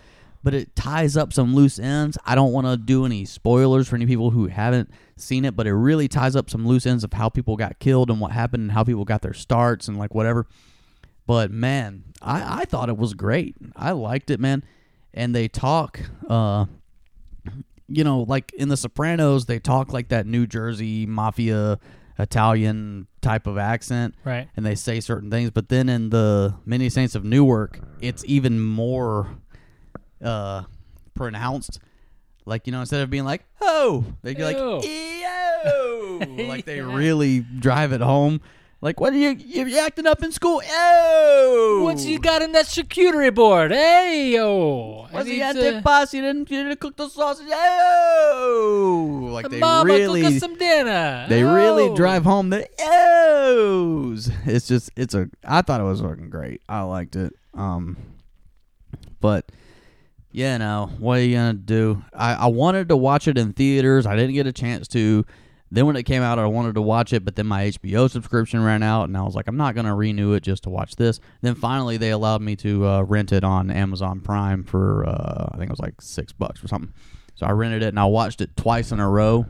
S1: but it ties up some loose ends. I don't want to do any spoilers for any people who haven't seen it, but it really ties up some loose ends of how people got killed and what happened and how people got their starts and like whatever. But man, I, I thought it was great. I liked it, man. And they talk, uh, you know, like in The Sopranos, they talk like that New Jersey mafia Italian type of accent
S2: Right.
S1: and they say certain things. But then in the Many Saints of Newark, it's even more uh, pronounced. Like you know, instead of being like "oh," they go like
S2: Ew. <laughs>
S1: "ew," like they
S2: Yeah.
S1: really drive it home. Like, what are you? You're acting up in school. Ew.
S2: What's you got in that charcuterie board? Hey yo.
S1: What's
S2: I
S1: he
S2: need
S1: had
S2: to-
S1: to pass? You didn't, you didn't cook the sausage. Ew. Like they
S2: Mama,
S1: really
S2: cook us some dinner.
S1: They really
S2: Oh.
S1: drive home the O's. It's just it's a I thought it was fucking great. I liked it. Um but yeah, no, what are you gonna do? I, I wanted to watch it in theaters. I didn't get a chance to. Then when it came out, I wanted to watch it, but then my HBO subscription ran out, and I was like, I'm not gonna renew it just to watch this. Then finally, they allowed me to uh, rent it on Amazon Prime for uh, I think it was like six bucks or something. So I rented it and I watched it twice in a row,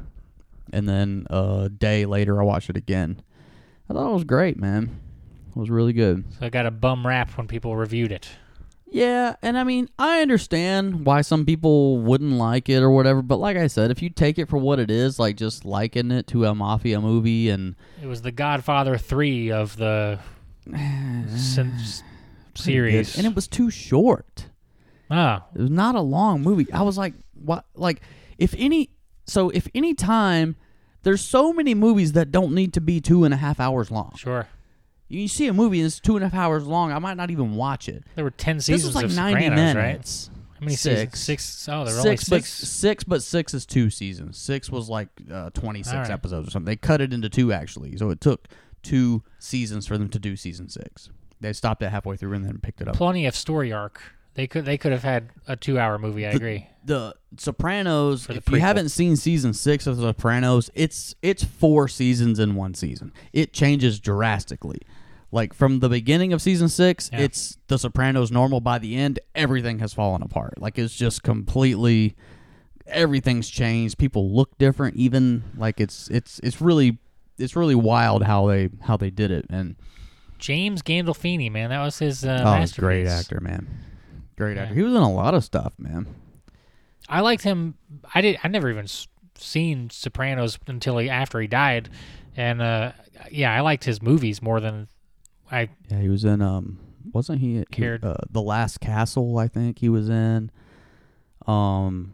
S1: and then a day later, I watched it again. I thought it was great, man. It was really good.
S2: So I got a bum rap when people reviewed it.
S1: Yeah, and I mean, I understand why some people wouldn't like it or whatever, but like I said, if you take it for what it is, like just liken it to a mafia movie and
S2: It was the Godfather three of the
S1: <sighs>
S2: since series.
S1: and it was too short.
S2: ah,
S1: It was not a long movie. I was like, what? Like, if any, so if any time, there's so many movies that don't need to be two and a half hours long.
S2: sure.
S1: You see a movie and it's two and a half hours long, I might not even watch it.
S2: There were ten
S1: This was
S2: seasons
S1: like
S2: of
S1: 90
S2: Sopranos, right?
S1: minutes.
S2: How many
S1: Six.
S2: seasons? Six. Oh, there were
S1: six,
S2: only
S1: but
S2: six.
S1: six, but six is two seasons. Six was like uh, twenty six
S2: All right.
S1: episodes or something. They cut it into two actually, so it took two seasons for them to do season six. they stopped it halfway through and then picked it up.
S2: Plenty of story arc. They could they could have had a two hour movie. I agree.
S1: the Sopranos.
S2: For the
S1: if you
S2: prequel.
S1: haven't seen season six of The Sopranos, it's it's four seasons in one season. It changes drastically. Like from the beginning of season six,
S2: Yeah.
S1: it's The Sopranos normal. By the end, everything has fallen apart. Like it's just completely everything's changed. People look different. Even like it's it's it's really it's really wild how they how they did it. And
S2: James Gandolfini, man, that was his uh,
S1: oh, he's a
S2: masterpiece.
S1: great actor, man. Great
S2: Yeah.
S1: actor. He was in a lot of stuff, man.
S2: I liked him. I did. I never even s- seen Sopranos until he, after he died, and uh, yeah, I liked his movies more than I.
S1: Yeah, he was in um wasn't he he-
S2: Cared.
S1: uh, The Last Castle, I think he was in. Um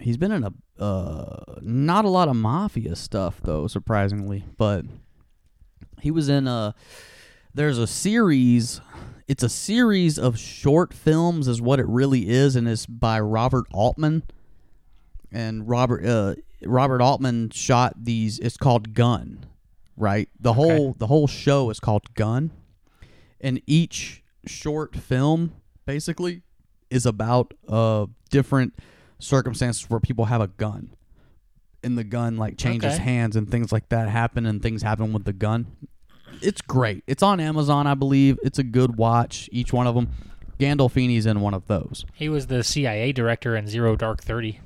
S1: he's been in a uh not a lot of mafia stuff though, surprisingly, but he was in a there's a series it's a series of short films is what it really is and it's by Robert Altman and Robert uh, Robert Altman shot these. It's called Gun, right? The whole the whole show is called Gun, and each short film basically is about uh different circumstances where people have a gun, and the gun like changes
S2: Okay.
S1: hands and things like that happen, and things happen with the gun. It's great. It's on Amazon, I believe. It's a good watch. Each one of them. Gandolfini's in one of those.
S2: He was the CIA director in Zero Dark Thirty.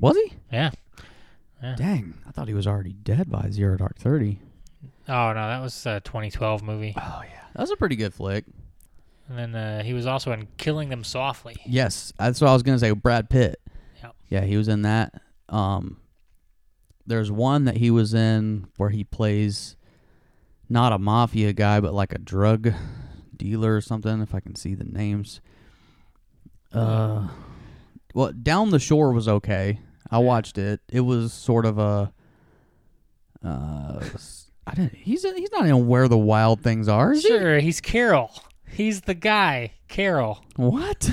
S1: Was he?
S2: Yeah.
S1: Dang, I thought he was already dead by Zero Dark Thirty.
S2: Oh no, that was a 2012 movie.
S1: Oh yeah, that was a pretty good flick.
S2: And then uh, he was also in Killing Them Softly.
S1: Yes, that's what I was gonna say. Brad Pitt.
S2: Yep.
S1: Yeah, he was in that. Um, there's one that he was in where he plays not a mafia guy, but like a drug dealer or something. If I can see the names. Uh, well, Down the Shore was okay. I watched it. It was sort of a. Uh, I didn't. He's in, he's not in Where the Wild Things Are. Is he?
S2: Sure, he's Carol. He's the guy, Carol, <laughs>
S1: What?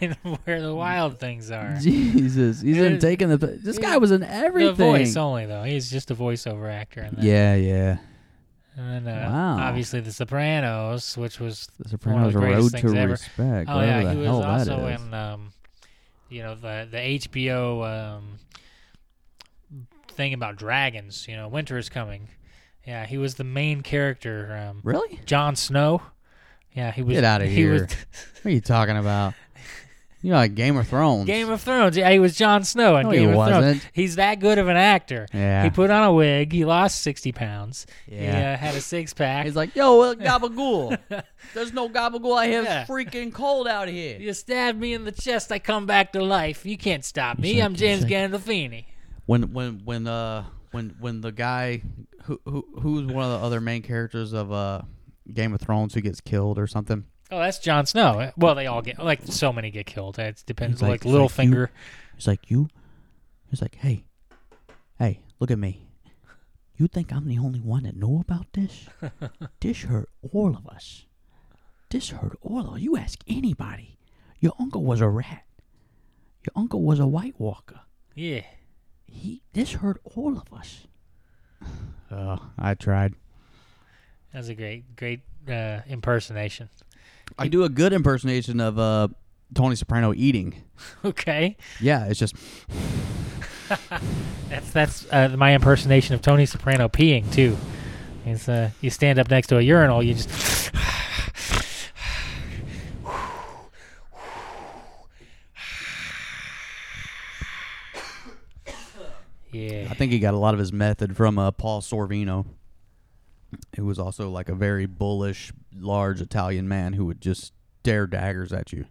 S2: in Where the Wild Things Are.
S1: Jesus, he's been
S2: It-
S1: taking the. This
S2: it-
S1: guy was in everything.
S2: The voice only, though. He's just a voiceover actor. In that.
S1: Yeah, yeah.
S2: And then, uh,
S1: Wow.
S2: obvioly, The Sopranos, which was
S1: The
S2: One
S1: Sopranos:
S2: of the
S1: A
S2: greatest
S1: Road to
S2: things ever.
S1: Respect.
S2: oh
S1: whatever
S2: yeah,
S1: the
S2: he was
S1: hell that
S2: also
S1: is.
S2: in um, you know the the HBO um thing about dragons. You know, winter is coming. Yeah, he was the main character. Um,
S1: Really?
S2: Jon Snow. Yeah, he was.
S1: Get outta
S2: He was
S1: here. What are you talking about? You know, like Game of Thrones.
S2: Game of Thrones. Yeah, he was Jon Snow in
S1: No, he
S2: Game of Thrones.
S1: wasn't.
S2: He's that good of an actor.
S1: Yeah.
S2: He put on a wig. He lost sixty pounds. He
S1: Yeah.
S2: uh, had a six pack.
S1: He's like, yo,
S2: <laughs>
S1: uh, Gabagool. There's no Gabagool. I have
S2: Yeah.
S1: freaking cold out here.
S2: you stab me in the chest, I come back to life. You can't stop me.
S1: like-
S2: I'm
S1: he's
S2: James
S1: like-
S2: Gandolfini.
S1: when when when uh when when the guy who who who's one of the other main characters of uh Game of Thrones who gets killed or something.
S2: Oh, that's Jon Snow. Well, they all get like so many get killed. It depends.
S1: He's like-
S2: Like,
S1: he's
S2: Little
S1: like, you-
S2: Littlefinger.
S1: He's like, you? He's like, hey, hey, look at me. You think I'm the only one that know about <laughs> this? this hurt all of us. This hurt all of You ask anybody. Your uncle was a rat. Your uncle was a White Walker.
S2: Yeah.
S1: He. This hurt all of us. <sighs> Oh, I tried.
S2: That was a great, great uh, impersonation.
S1: I do a good impersonation of uh, Tony Soprano eating.
S2: Okay,
S1: Yeah, it's just
S2: that's that's uh, my impersonation of Tony Soprano peeing too. It's uh, you stand up next to a urinal, you just. Yeah.
S1: I think he got a lot of his method from uh, Paul Sorvino, who was also like a very bullish, large Italian man who would just stare daggers at you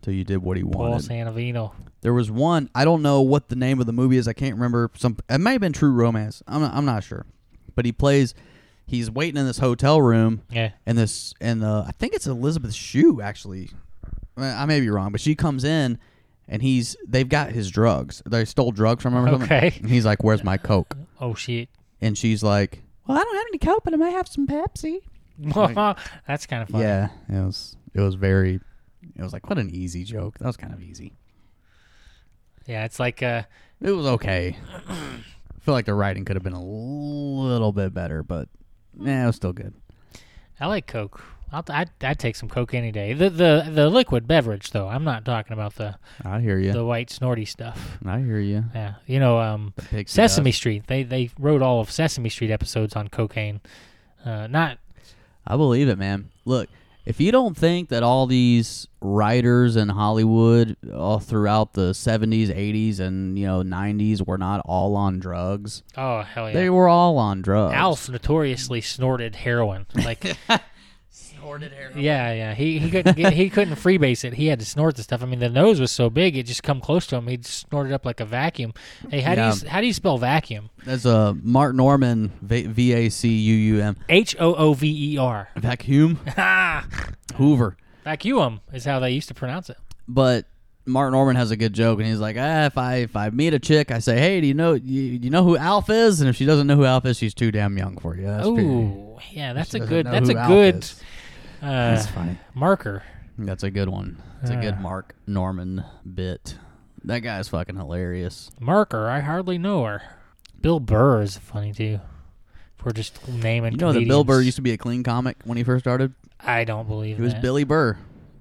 S1: till you did what he
S2: Paul
S1: wanted.
S2: Sanovino.
S1: There was one I don't know what the name of the movie is. I can't remember. Some it may have been True Romance. I'm not, I'm not sure, but he plays. He's waiting in this hotel room,
S2: Yeah.
S1: and this and uh, I think it's Elizabeth Shue actually. I I may be wrong, but she comes in and he's they've got his drugs. They stole drugs from him or something.
S2: Okay.
S1: And he's like, "Where's my coke?"
S2: Oh shit. <laughs>
S1: And she's like, "Well, I don't have any coke, but I might have some Pepsi."
S2: that's kind of funny.
S1: Yeah, it was it was very it was like what an easy joke. That was kind of easy.
S2: Yeah, it's like uh,
S1: It was
S2: <coughs>
S1: okay. I feel like the writing could have been a little bit better, but nah, it was still good.
S2: I like Coke. I'll, I'd, I'd take some Coke any day. The the the liquid beverage though. I'm not talking about the
S1: I hear you.
S2: the white snorty stuff.
S1: I hear you.
S2: Yeah, you know, um,
S1: Pixie
S2: Sesame
S1: dust.
S2: Street. They they wrote all of Sesame Street episodes on cocaine. Uh, not
S1: I believe it, man. Look, if you don't think that all these writers in Hollywood all throughout the 70s, 80s and, you know, 90s were not all on drugs.
S2: oh hell yeah.
S1: They were all on drugs.
S2: Alf notoriously
S1: <laughs>
S2: snorted heroin. Like
S1: snorted heroin.
S2: yeah, yeah. He he couldn't get, he couldn't freebase it. He had to snort the stuff. I mean, the nose was so big it just come close to him. He'd snort it up like a vacuum. Hey, how
S1: Yeah.
S2: do you how do you spell vacuum?
S1: That's a Mark Norman V A C U U M
S2: H O O V E R. <laughs>
S1: vacuum
S2: Ah,
S1: Hoover.
S2: vacuum is how they used to pronounce it.
S1: But Mark Norman has a good joke, and he's like, ah, if I if I meet a chick, I say, hey, do you know you, you know who Alf is? And if she doesn't know who Alf is, she's too damn young for you. That's pretty-
S2: Oh, yeah, that's
S1: she
S2: a
S1: doesn't
S2: good
S1: know
S2: that's
S1: who
S2: a
S1: Alf
S2: good <laughs>
S1: is. <laughs>
S2: uh,
S1: That's funny.
S2: marker.
S1: That's a good one. It's a
S2: Ah.
S1: good Mark Norman bit. That guy's fucking hilarious.
S2: Marker, I hardly know her. Bill Burr is funny too. If we're just naming
S1: You know that Bill
S2: comedians.
S1: Burr used to be a clean comic when he first started.
S2: I don't believe
S1: He was
S2: that.
S1: Billy Burr.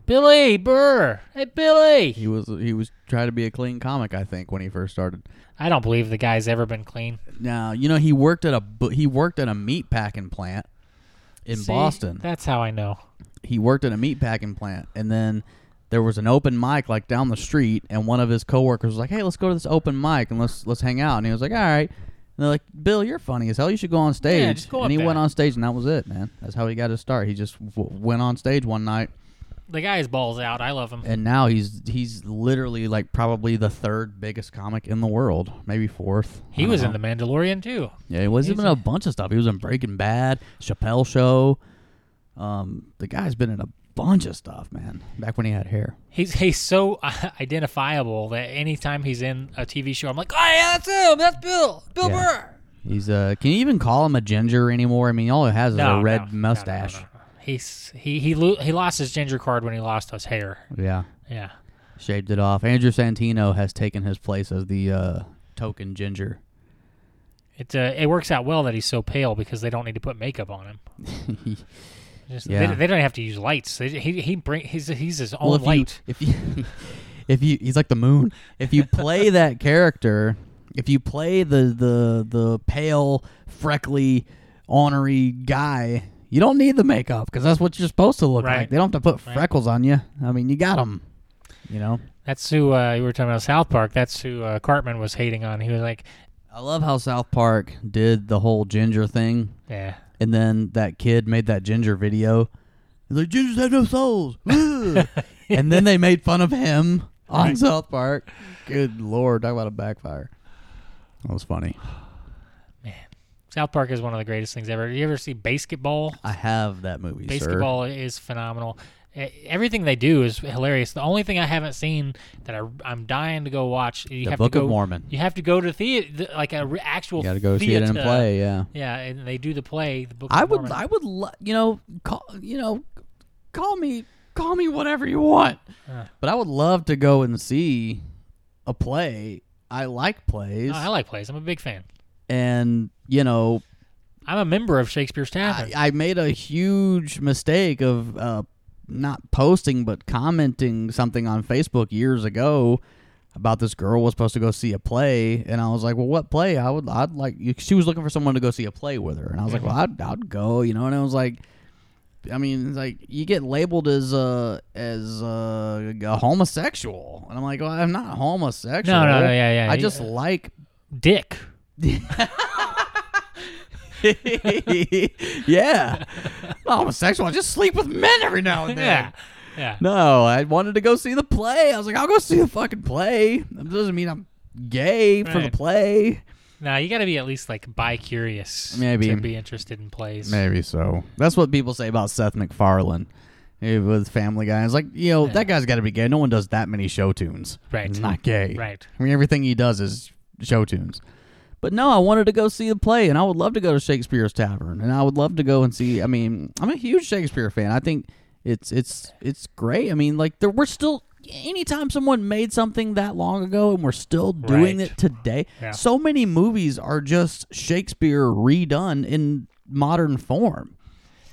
S2: Billy Burr. Hey Billy.
S1: He was he was trying to be a clean comic, I think, when he first started.
S2: I don't believe the guy's ever been clean.
S1: Now you know he worked at a bu- he worked at a meat packing plant in
S2: See,
S1: Boston.
S2: That's how I know.
S1: he worked at a meat packing plant, and then there was an open mic like down the street, and one of his coworkers was like, "Hey, let's go to this open mic and let's let's hang out." And he was like, "All right." And they're like, "Bill, you're funny as hell. You should go on stage."
S2: just go up
S1: and he went
S2: there.
S1: on stage, and that was it, man. That's how he got his start. He just w- went on stage one night,
S2: The guy's balls out. I love him.
S1: and now he's he's literally like probably the third biggest comic in the world, maybe fourth. I
S2: He
S1: don't
S2: was
S1: know.
S2: in The Mandalorian too.
S1: Yeah, he was
S2: He's
S1: even
S2: a-
S1: a bunch of stuff. He was in Breaking Bad, Chappelle Show. Um, the guy's been in a bunch of stuff, man. Back when he had hair.
S2: He's he's so <laughs> uh, identifiable that anytime he's in a TV show, I'm like, oh yeah, that's him. That's Bill. Bill
S1: Yeah.
S2: Burr.
S1: He's uh, can you even call him a ginger anymore? I mean, all it has is a
S2: No, no,
S1: red
S2: no, no, no,
S1: mustache.
S2: no. He's he he lo- he lost his ginger card when he lost his hair.
S1: Yeah,
S2: Yeah.
S1: shaved it off. Andrew Santino has taken his place as the uh, token ginger. <laughs>
S2: It uh, it works out well that he's so pale because they don't need to put makeup on him. Just,
S1: Yeah.
S2: they, they don't have to use lights. They, he he bring he's he's his own
S1: Well, if
S2: light.
S1: you if you <laughs> if you he's like the moon. If you
S2: <laughs>
S1: play that character, if you play the the the pale, freckly, ornery guy, you don't need the makeup because that's what you're supposed to look
S2: Right.
S1: like. They don't have to put
S2: Right.
S1: freckles on you. I mean, you got them. You know.
S2: That's who uh, you were talking about South Park. That's who uh, Cartman was hating on. He was like,
S1: I love how South Park did the whole ginger thing,
S2: yeah,
S1: and then that kid made that ginger video. He's like, "Gingers have no souls," <laughs> Ugh." and then they made fun of him on
S2: Right.
S1: South Park. Good lord, talk about a backfire. That was funny.
S2: South Park is one of the greatest things ever. You ever see basketball?
S1: I have that movie, sir.
S2: Basketball is phenomenal. E- Everything they do is hilarious. The only thing I haven't seen that I, I'm dying to go watch. You
S1: The
S2: have
S1: Book
S2: to go,
S1: of Mormon.
S2: You have to go to theater, like a re- actual.
S1: You got to go see it and
S2: theater.
S1: play. Yeah,
S2: Yeah, and they do the play. The Book. Of
S1: I would.
S2: Mormon.
S1: I would. Lo- you know, call. You know, call me. Call me whatever you want.
S2: Yeah.
S1: But I would love to go and see a play. I like plays,
S2: No, Oh, I like plays. I'm a big fan.
S1: and you know,
S2: I'm a member of Shakespeare's
S1: I,
S2: Tavern.
S1: I made a huge mistake of uh, not posting but commenting something on Facebook years ago about this girl was supposed to go see a play, and I was like, "Well, what play? I would, I'd like." She was looking for someone to go see a play with her, and I was
S2: Mm-hmm.
S1: like, "Well, I'd, I'd go," you know. And I was like, "I mean, it's like you get labeled as uh, as uh, a homosexual," and I'm like, "Well, I'm not homosexual.
S2: no, no, yeah, yeah,
S1: I
S2: you-
S1: just like
S2: Dick.
S1: <laughs> yeah. Not homosexual. I just sleep with men every now and then.
S2: Yeah. Yeah.
S1: No, I wanted to go see the play. I was like, I'll go see the fucking play. That doesn't mean I'm gay for the
S2: Right.
S1: play.
S2: No, you got to be at least like bi curious.
S1: Maybe.
S2: to be interested in plays.
S1: Maybe so. That's what people say about Seth MacFarlane. eh, With Family Guy, it's like you know that guy's got to be gay. No one does that many show tunes.
S2: Right.
S1: He's not gay.
S2: Right.
S1: I mean, everything he does is show tunes. But no, I wanted to go see the play, and I would love to go to Shakespeare's Tavern, and I would love to go and see. I mean, I'm a huge Shakespeare fan. I think it's it's it's great. I mean, like there we're still anytime someone made something that long ago, and we're still doing
S2: Right.
S1: it today.
S2: Yeah.
S1: So many movies are just Shakespeare redone in modern form.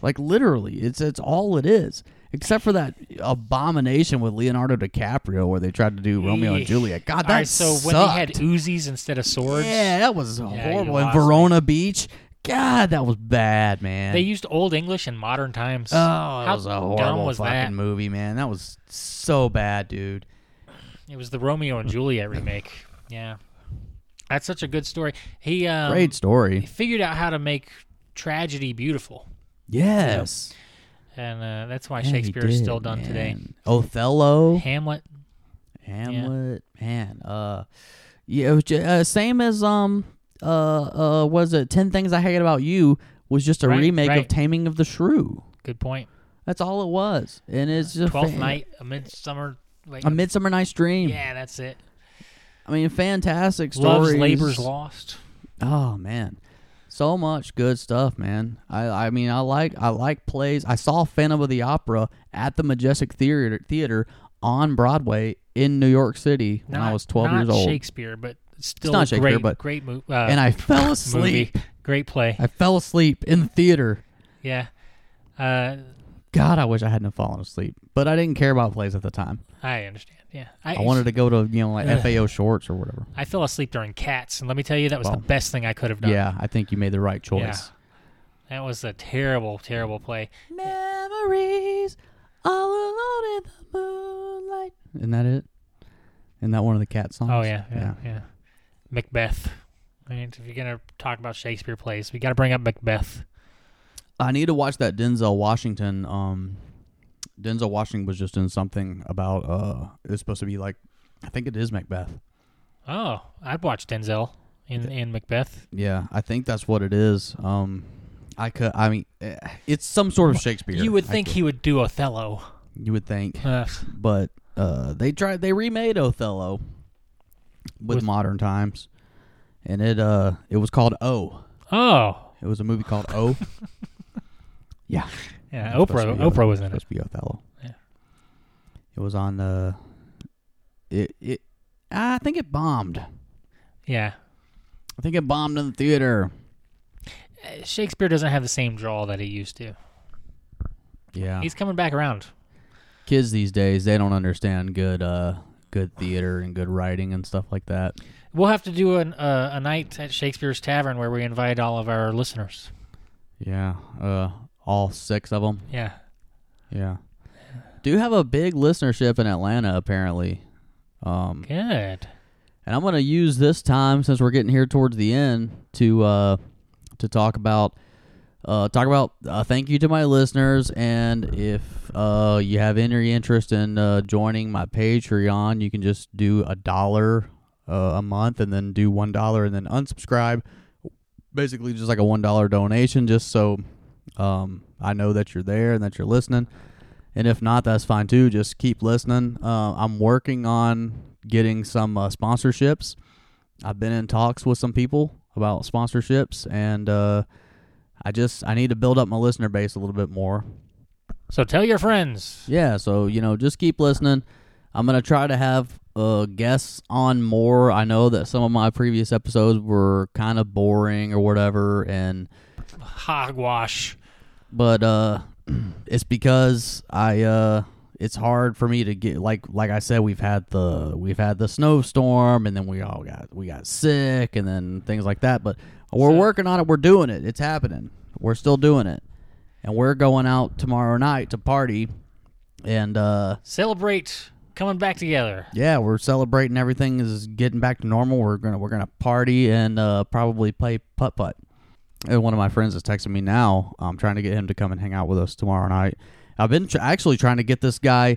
S1: Like literally, it's it's all it is. Except for that abomination with Leonardo DiCaprio where they tried to do Romeo and Juliet. God,
S2: All
S1: Ah, that
S2: right, so
S1: sucked.
S2: when they had Uzis instead of swords,
S1: yeah, that was
S2: you
S1: horrible. In
S2: lost me.
S1: Verona Beach, God, that was bad, man.
S2: they used Old English in modern times.
S1: oh, that
S2: How
S1: was a
S2: dumb
S1: horrible
S2: was
S1: fucking
S2: that?
S1: movie, man. That was so bad, dude.
S2: it was the Romeo and Juliet remake. Yeah, that's such a good story. He um,
S1: Great
S2: he
S1: story.
S2: figured out how to make tragedy beautiful,
S1: Yes,
S2: and uh, that's why
S1: Man, he
S2: Shakespeare is
S1: did,
S2: still done today.
S1: man. Othello,
S2: Hamlet.
S1: Hamlet, man. Uh, yeah, it was ju- uh, same as um, uh, uh, was it Ten Things I Hate About You was just a
S2: Right,
S1: remake of
S2: right.
S1: Taming of the Shrew.
S2: Good point.
S1: That's all it was, and it's just
S2: Uh, Twelfth
S1: fan-
S2: Night, A Midsummer. Like,
S1: a Midsummer Night's Dream.
S2: yeah, that's it.
S1: I mean, fantastic
S2: Love's
S1: stories.
S2: Labor's Lost.
S1: Oh man, so much good stuff, man. I I mean, I like I like plays. I saw Phantom of the Opera at the Majestic Theater theater on Broadway in New York City when I was 12
S2: not
S1: years old,
S2: Shakespeare, but still
S1: not Shakespeare,
S2: great,
S1: but-
S2: great movie. Uh,
S1: and I fell
S2: <laughs> movie,
S1: asleep.
S2: great play.
S1: I fell asleep in the theater.
S2: Yeah, uh,
S1: God, I wish I hadn't fallen asleep, but I didn't care about plays at the time.
S2: I understand. Yeah,
S1: I wanted to go to you know like
S2: Ugh.
S1: FAO shorts or whatever.
S2: I fell asleep during Cats, and let me tell you, that was
S1: Well,
S2: the best thing I could have done.
S1: Yeah, I think you made the right choice.
S2: Yeah. That was a terrible, terrible play.
S1: Memories all alone in the moonlight. Isn't that it? Isn't that one of the cat songs?
S2: Oh yeah, yeah, yeah. Macbeth. I mean, if you're gonna talk about Shakespeare plays, we got to bring up Macbeth.
S1: I need to watch that Denzel Washington. Um, Denzel Washington was just in something about uh, it was supposed to be like, I think it is Macbeth.
S2: Oh, I'd watch Denzel in in Macbeth.
S1: Yeah, I think that's what it is. Um, I could. I mean, eh, it's some sort of Shakespeare.
S2: You would
S1: I
S2: think
S1: could-
S2: he would
S1: <laughs>
S2: do Othello.
S1: You would think,
S2: Uh,
S1: but uh, they tried. They remade Othello with,
S2: With-
S1: modern times, and it uh, it was called O.
S2: oh,
S1: It was a movie called <laughs> O. yeah.
S2: yeah.
S1: It was supposed
S2: Oprah.
S1: to be
S2: Oprah was in it.
S1: supposed to be Othello.
S2: Yeah.
S1: It was on the. It it, I think it bombed. I
S2: Yeah.
S1: think it bombed in the theater.
S2: Uh, Shakespeare doesn't have the same drawl that he used to.
S1: Yeah.
S2: He's coming back around.
S1: Kids these days they don't understand good uh good theater and good writing and stuff like that.
S2: We'll have to do an, uh, a night at Shakespeare's Tavern where we invite all of our listeners.
S1: Yeah. Uh, all six of them.
S2: Yeah.
S1: Yeah. Do have a big listenership in Atlanta apparently. Um,
S2: Good.
S1: And I'm going to use this time since we're getting here towards the end to uh, to talk about uh, talk about uh, thank you to my listeners and if uh, you have any interest in uh, joining my Patreon, you can just do a dollar uh, a month and then do one dollar and then unsubscribe. Basically, just like a one dollar donation, just so um, I know that you're there and that you're listening. And if not, that's fine too. Just keep listening. Uh, I'm working on getting some uh, sponsorships. I've been in talks with some people about sponsorships, and uh, I just I need to build up my listener base a little bit more.
S2: So tell your friends.
S1: Yeah, so you know, just keep listening. I'm gonna try to have uh, guests on more. I know that some of my previous episodes were kind of boring or whatever, and
S2: Hogwash.
S1: but uh <clears throat> it's because i uh it's hard for me to get like like i said we've had the we've had the snowstorm and then we all got we got sick and then things like that but we're
S2: So-
S1: working on it we're doing it it's happening we're still doing it and we're going out tomorrow night to party and uh
S2: Celebrate coming back together.
S1: yeah we're celebrating everything is getting back to normal we're gonna we're gonna party and uh probably play putt putt and one of my friends is texting me now. I'm trying to get him to come and hang out with us tomorrow night. I've been tr- actually trying to get this guy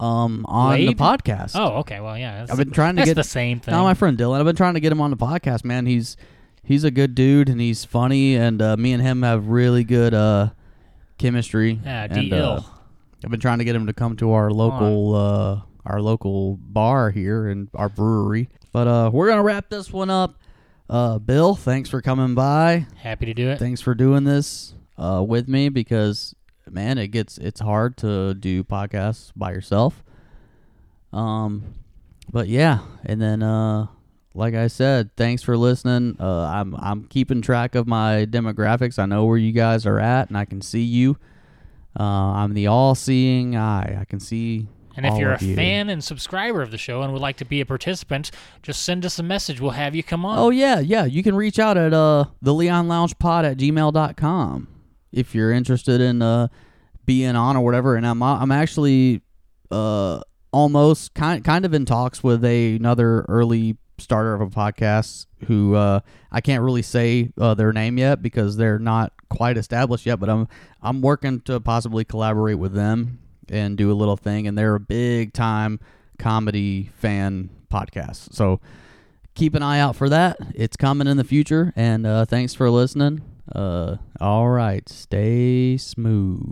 S1: um, on the
S2: Wade?
S1: podcast.
S2: Oh, okay. Well, yeah. That's,
S1: I've been trying to
S2: that's
S1: get
S2: the same thing.
S1: no, my friend Dylan. I've been trying to get him on the podcast. Man, he's he's a good dude and he's funny. And uh, me and him have really good uh, chemistry.
S2: yeah,
S1: And,
S2: D.
S1: uh,
S2: Ill.
S1: I've been trying to get him to come to our local uh, our local bar here and our brewery. But uh, we're gonna wrap this one up. Uh, Bill, thanks for coming by
S2: Happy to do it.
S1: thanks for doing this uh, with me because man it gets it's hard to do podcasts by yourself um but yeah and then uh like I said, thanks for listening. Uh, I'm I'm keeping track of my demographics. I know where you guys are at, and I can see you. Uh, I'm the all-seeing eye. I can see.
S2: And if
S1: all
S2: you're a
S1: of you.
S2: fan and subscriber of the show and would like to be a participant, just send us a message. We'll have you come on.
S1: Oh yeah, yeah. You can reach out at uh the Leon Lounge Pod at gmail.com if you're interested in uh being on or whatever. And I'm I'm actually uh almost kind kind of in talks with a, another early starter of a podcast who uh I can't really say uh, their name yet because they're not quite established yet, but I'm I'm working to possibly collaborate with them and do a little thing and they're a big time comedy fan podcast. So keep an eye out for that. It's coming in the future. And uh, thanks for listening. Uh, all right, stay smooth.